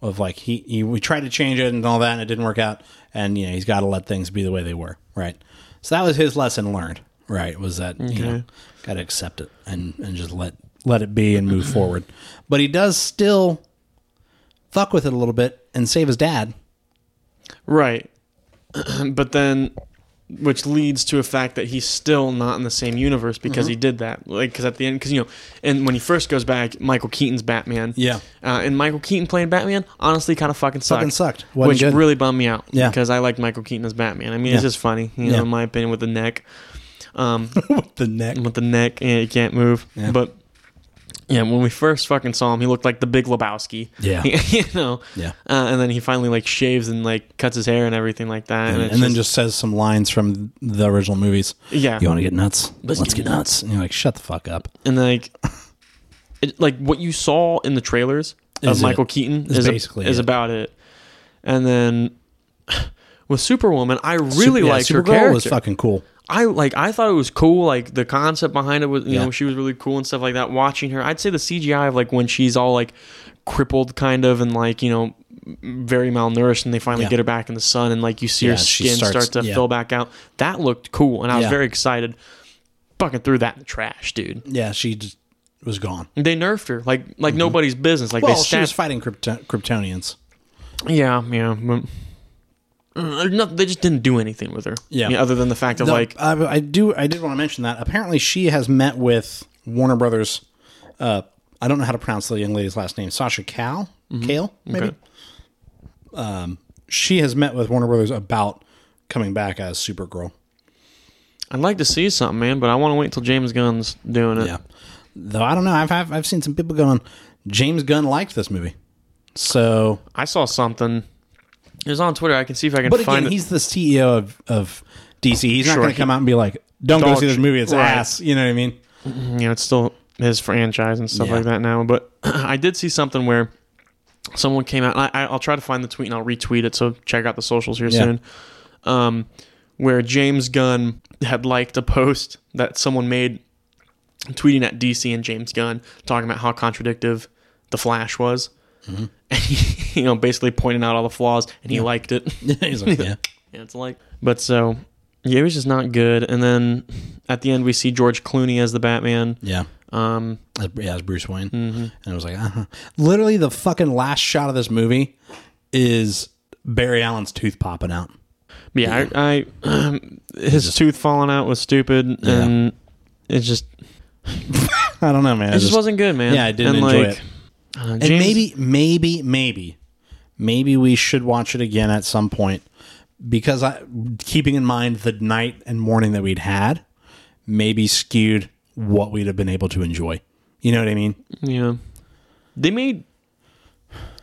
Speaker 1: Of like he, he we tried to change it and all that, and it didn't work out, and you know he's got to let things be the way they were, right? So that was his lesson learned, right? Was that you know got to accept it and and just let let it be and move forward, but he does still fuck with it a little bit and save his dad.
Speaker 2: Right. but then, which leads to a fact that he's still not in the same universe because
Speaker 1: Mm-hmm.
Speaker 2: he did that. Like, because at the end, because, you know, and when he first goes back, Michael Keaton's Batman.
Speaker 1: Yeah.
Speaker 2: Uh, and Michael Keaton playing Batman, honestly, kind of fucking sucked.
Speaker 1: Fucking sucked. Wasn't
Speaker 2: which
Speaker 1: good.
Speaker 2: really bummed me out.
Speaker 1: Yeah.
Speaker 2: Because I liked Michael Keaton as Batman. I mean, it's
Speaker 1: Yeah.
Speaker 2: just funny, you
Speaker 1: Yeah.
Speaker 2: know, in my opinion, with the neck. Um,
Speaker 1: with the neck.
Speaker 2: with the neck, and he can't move.
Speaker 1: Yeah.
Speaker 2: But yeah, when we first fucking saw him, he looked like the Big Lebowski.
Speaker 1: Yeah.
Speaker 2: you know.
Speaker 1: Yeah.
Speaker 2: Uh, and then he finally like shaves and like cuts his hair and everything like that.
Speaker 1: And,
Speaker 2: it's
Speaker 1: and then just says some lines from the original movies.
Speaker 2: yeah.
Speaker 1: You want to get nuts?
Speaker 2: Let's
Speaker 1: Let's,
Speaker 2: get
Speaker 1: get, nuts. And you're like, shut the fuck up.
Speaker 2: and like it, like what you saw in the trailers of
Speaker 1: Is it.
Speaker 2: Michael Keaton
Speaker 1: Is
Speaker 2: is a-
Speaker 1: basically
Speaker 2: is
Speaker 1: it.
Speaker 2: about it. And then with Superwoman, I really
Speaker 1: Sup- yeah,
Speaker 2: liked her
Speaker 1: Supergirl
Speaker 2: character.
Speaker 1: was fucking cool.
Speaker 2: I like I thought it was cool. Like the concept behind it was you
Speaker 1: Yeah.
Speaker 2: know she was really cool and stuff like that. Watching her, I'd say the CGI of like when she's all like crippled kind of and like you know very malnourished and they finally
Speaker 1: Yeah.
Speaker 2: get her back in the sun and like you see
Speaker 1: Yeah,
Speaker 2: her
Speaker 1: she
Speaker 2: skin
Speaker 1: starts-
Speaker 2: start to
Speaker 1: yeah.
Speaker 2: fill back out. That looked cool and I was
Speaker 1: Yeah.
Speaker 2: very excited. Fucking threw that in the trash, dude.
Speaker 1: Yeah, she just was gone.
Speaker 2: They nerfed her like like nobody's business. Like
Speaker 1: Mm-hmm. Well,
Speaker 2: they
Speaker 1: she was
Speaker 2: stabbed.
Speaker 1: fighting Krypto- Kryptonians.
Speaker 2: yeah, yeah. But, Uh, no, they just didn't do anything with her.
Speaker 1: Yeah.
Speaker 2: I mean, other than the fact of
Speaker 1: Though,
Speaker 2: like
Speaker 1: I, I do. I did want to mention that. Apparently, she has met with Warner Brothers. Uh, I don't know how to pronounce the young lady's last name. Sasha Cal, Kale, maybe.
Speaker 2: Mm-hmm. Okay.
Speaker 1: Um, she has met with Warner Brothers about coming back as Supergirl.
Speaker 2: I'd like to see something, man, but I want to wait till James Gunn's doing it.
Speaker 1: Yeah. Though I don't know. I've I've, I've seen some people going. James Gunn liked this movie, so
Speaker 2: I saw something. It was on Twitter. I can see if I can
Speaker 1: But
Speaker 2: find
Speaker 1: again,
Speaker 2: it.
Speaker 1: he's the CEO of, of DC. He's
Speaker 2: Sure,
Speaker 1: not going
Speaker 2: he-
Speaker 1: to come out and be like, "Don't go
Speaker 2: Don't-
Speaker 1: see this movie; it's
Speaker 2: right.
Speaker 1: ass." You know what I mean?
Speaker 2: You know, it's still his franchise and stuff
Speaker 1: Yeah.
Speaker 2: like that now. But I did see something where someone came out. And I, I'll try to find the tweet and I'll retweet it. So check out the socials here
Speaker 1: Yeah.
Speaker 2: soon. Um, where James Gunn had liked a post that someone made tweeting at DC and James Gunn talking about how contradictive the Flash was.
Speaker 1: Mm-hmm.
Speaker 2: And he, you know, basically pointing out all the flaws, and he liked it.
Speaker 1: He's like, yeah.
Speaker 2: Yeah, it's like. But so, yeah, it was just not good. And then at the end, we see George Clooney as the Batman.
Speaker 1: Yeah.
Speaker 2: Um,
Speaker 1: As, yeah, as Bruce Wayne. And I was like, uh-huh. literally, the fucking last shot of this movie is Barry Allen's tooth popping out.
Speaker 2: but yeah, I, I um, his tooth falling out was stupid, and it just it
Speaker 1: I don't know, man. I
Speaker 2: just,
Speaker 1: just-
Speaker 2: wasn't good, man.
Speaker 1: Yeah, I didn't enjoy it.
Speaker 2: uh, James,
Speaker 1: and maybe, maybe, maybe, maybe we should watch it again at some point because I, keeping in mind the night and morning that we'd had, maybe skewed what we'd have been able to enjoy. You know what I mean?
Speaker 2: yeah, they made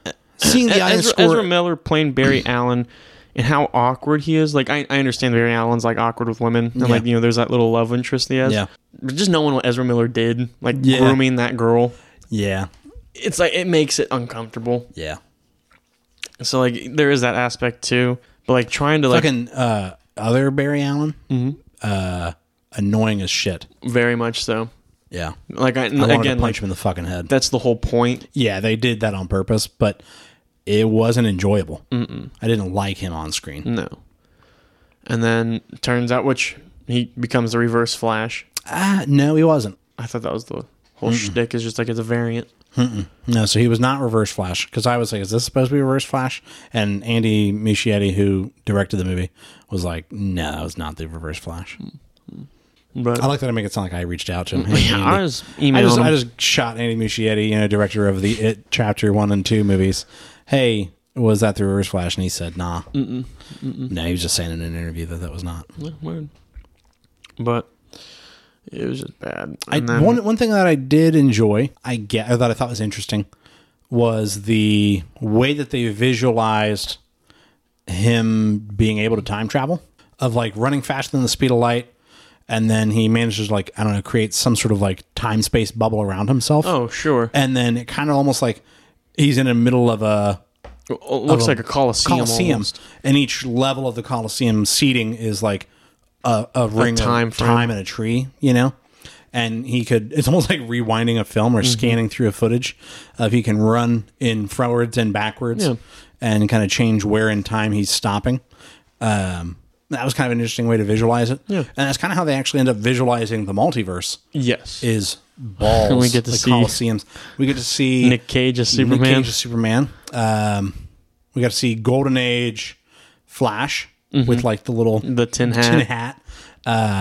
Speaker 2: E-
Speaker 1: Seeing the audience
Speaker 2: Ezra,
Speaker 1: score.
Speaker 2: Ezra Miller playing Barry Allen. And how awkward he is! Like I, I understand Barry Allen's like awkward with women, and like you know, there's that little love interest he has.
Speaker 1: Yeah.
Speaker 2: but just knowing what Ezra Miller did, like
Speaker 1: Yeah.
Speaker 2: grooming that girl,
Speaker 1: yeah.
Speaker 2: it's like it makes it uncomfortable.
Speaker 1: Yeah.
Speaker 2: So like there is that aspect too. But like trying to like
Speaker 1: Fucking uh, other Barry Allen,
Speaker 2: Mm-hmm.
Speaker 1: uh, annoying as shit.
Speaker 2: very much so.
Speaker 1: Yeah.
Speaker 2: Like I,
Speaker 1: I wanted
Speaker 2: again
Speaker 1: to punch
Speaker 2: like
Speaker 1: him in the fucking head.
Speaker 2: that's the whole point.
Speaker 1: yeah, they did that on purpose, but it wasn't enjoyable. I didn't like him on screen.
Speaker 2: No. And then turns out which he becomes the reverse flash.
Speaker 1: Ah, no, he wasn't.
Speaker 2: I thought that was the whole shtick is just like it's a variant.
Speaker 1: No, so he was not Reverse Flash because I was like, "Is this supposed to be Reverse Flash?" And Andy Muschietti, who directed the movie, was like, "No, that was not the Reverse Flash."
Speaker 2: But
Speaker 1: I like that I make it sound like I reached out to him. Hey,
Speaker 2: Mm. yeah,
Speaker 1: Andy.
Speaker 2: I was
Speaker 1: I just,
Speaker 2: emailing
Speaker 1: I
Speaker 2: him.
Speaker 1: just shot Andy Muschietti, you know, director of the It Chapter One and Two movies. Hey, was that the Reverse Flash? And he said, "Nah." No, he was just saying in an interview that that was not.
Speaker 2: Yeah, weird. But it was just bad.
Speaker 1: I,
Speaker 2: And then-
Speaker 1: one one thing that I did enjoy, I get or that I thought was interesting, was the way that they visualized him being able to time travel, of like running faster than the speed of light, and then he manages to like I don't know create some sort of like time space bubble around himself,
Speaker 2: oh sure.
Speaker 1: and then it kind of almost like he's in the middle of a
Speaker 2: It looks like a coliseum.
Speaker 1: Oh, coliseum,
Speaker 2: almost.
Speaker 1: and each level of the coliseum seating is like a, a ring
Speaker 2: time
Speaker 1: of
Speaker 2: frame.
Speaker 1: time and a tree, you know. And he could. It's almost like rewinding a film
Speaker 2: Mm-hmm.
Speaker 1: or scanning through a footage. Of he can run in forwards and backwards,
Speaker 2: Yeah.
Speaker 1: and kind of change where in time he's stopping. Um, that was kind of an interesting way to visualize it.
Speaker 2: Yeah.
Speaker 1: and that's kind of how they actually end up visualizing the multiverse
Speaker 2: Yes.
Speaker 1: is balls.
Speaker 2: We get to
Speaker 1: the
Speaker 2: see-
Speaker 1: coliseums. We get to see
Speaker 2: Nick Cage as
Speaker 1: Nick
Speaker 2: Superman.
Speaker 1: Cage as Superman. Um, we got to see Golden Age Flash with like the little
Speaker 2: the Mm-hmm. tin hat.
Speaker 1: tin hat.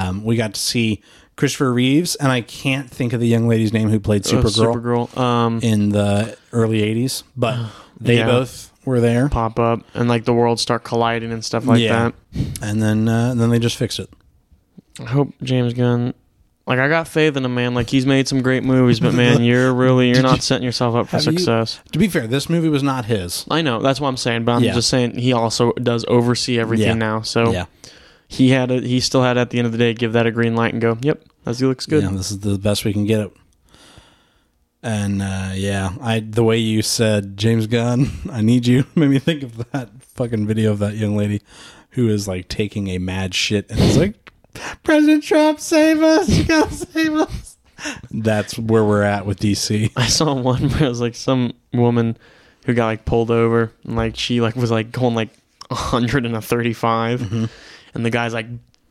Speaker 1: Um, we got to see Christopher Reeves, and I can't think of the young lady's name who played
Speaker 2: Oh,
Speaker 1: Supergirl
Speaker 2: Supergirl. Um,
Speaker 1: in the early '80s, but they
Speaker 2: Yeah.
Speaker 1: both were there.
Speaker 2: pop up and like the worlds start colliding and stuff like
Speaker 1: Yeah.
Speaker 2: that.
Speaker 1: And then, uh, and then they just fixed it.
Speaker 2: I hope James Gunn. Like I got faith in him, man. Like he's made some great movies, but man, you're really you're not setting yourself up for
Speaker 1: Have you-
Speaker 2: success.
Speaker 1: To be fair, this movie was not his.
Speaker 2: I know that's what I'm saying, but I'm
Speaker 1: Yeah.
Speaker 2: just saying he also does oversee everything
Speaker 1: Yeah.
Speaker 2: now. So
Speaker 1: Yeah,
Speaker 2: he had a, he still had at the end of the day give that a green light and go, yep, that's he looks good.
Speaker 1: Yeah, this is the best we can get it. And uh, yeah, I the way you said James Gunn, I need you made me think of that fucking video of that young lady who is like taking a mad shit and is like, President Trump, save us! You gotta save us! That's where we're at with DC.
Speaker 2: I saw one where it was like some woman who got like pulled over and like she like was like going like 100 and a 35
Speaker 1: Mm-hmm.
Speaker 2: and the guy's like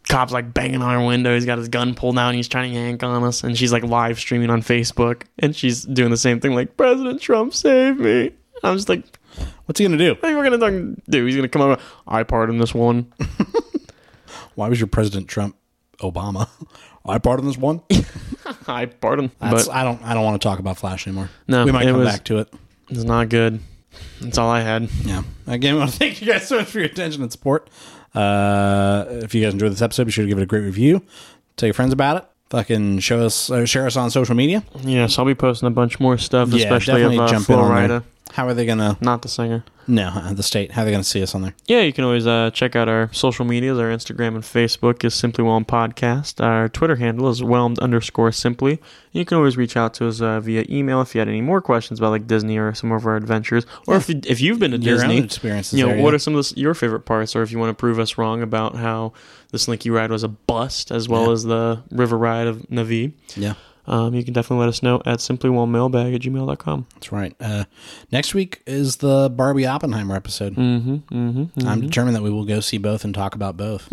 Speaker 2: cops like banging on her window he's got his gun pulled out and he's trying to yank on us and she's like live streaming on facebook and she's doing the same thing like president trump save me i'm just like
Speaker 1: What's he gonna do?
Speaker 2: what are you gonna do he's gonna come over i pardon this one
Speaker 1: Why was your President Trump Obama? I pardon this one.
Speaker 2: i pardon
Speaker 1: That's,
Speaker 2: but
Speaker 1: I don't. I don't want to talk about Flash anymore.
Speaker 2: No,
Speaker 1: we might
Speaker 2: it
Speaker 1: come
Speaker 2: was-
Speaker 1: back to it.
Speaker 2: it's not good that's all i had
Speaker 1: Yeah. Again, I want to thank you guys so much for your attention and support. Uh, if you guys enjoyed this episode, be sure to give it a great review. Tell your friends about it. Fucking show us, uh, share us on social media.
Speaker 2: yes i'll be posting a bunch more stuff
Speaker 1: Yeah,
Speaker 2: especially of
Speaker 1: definitely
Speaker 2: uh,
Speaker 1: jump in on there.
Speaker 2: Florida.
Speaker 1: How are they gonna?
Speaker 2: not the singer.
Speaker 1: No, uh, the state. How are they gonna see us on there?
Speaker 2: Yeah, you can always uh, check out our social medias. Our Instagram and Facebook is Simply Whelmed Podcast. Our Twitter handle is Whelmed underscore Simply. You can always reach out to us uh, via email if you had any more questions about like Disney or some of our adventures, or if you, if you've been to
Speaker 1: Your own
Speaker 2: Disney,
Speaker 1: experiences.
Speaker 2: you know
Speaker 1: there,
Speaker 2: what
Speaker 1: yeah.
Speaker 2: are some of the, s- your favorite parts, or if you want to prove us wrong about how the Slinky ride was a bust, as well
Speaker 1: Yeah.
Speaker 2: as the river ride of Navi,
Speaker 1: yeah.
Speaker 2: um, you can definitely let us know at simplywhelmedmailbag at gmail.com.
Speaker 1: That's right. Uh, next week is the Barbie Oppenheimer episode.
Speaker 2: Mm-hmm, mm-hmm,
Speaker 1: I'm determined that we will go see both and talk about both.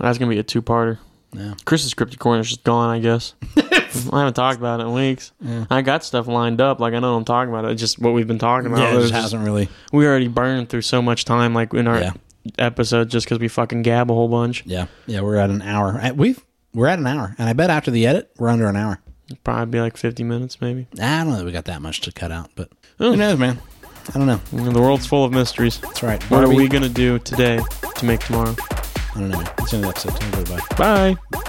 Speaker 2: That's gonna be a two-parter.
Speaker 1: Yeah.
Speaker 2: Chris's cryptic corner is just gone, I guess. I haven't talked about it in weeks.
Speaker 1: Yeah.
Speaker 2: I got stuff lined up, like I know what I'm talking about. It's just what we've been talking about.
Speaker 1: Yeah, it
Speaker 2: It
Speaker 1: just
Speaker 2: was just-
Speaker 1: hasn't really.
Speaker 2: we already burned through so much time, like in our
Speaker 1: Yeah.
Speaker 2: episode, just because we fucking gab a whole bunch.
Speaker 1: Yeah, yeah, we're at an hour. Uh, We've we're at an hour, and I bet after the edit, we're under an hour.
Speaker 2: Probably be like 50 minutes, maybe.
Speaker 1: I don't know that we got that much to cut out, but
Speaker 2: Oh.
Speaker 1: who knows, man? I don't know.
Speaker 2: The world's full of mysteries.
Speaker 1: That's right.
Speaker 2: What are
Speaker 1: Barbie-
Speaker 2: we gonna do today to make tomorrow?
Speaker 1: I don't know. man. It's the end of the episode. Tell everybody.
Speaker 2: Bye.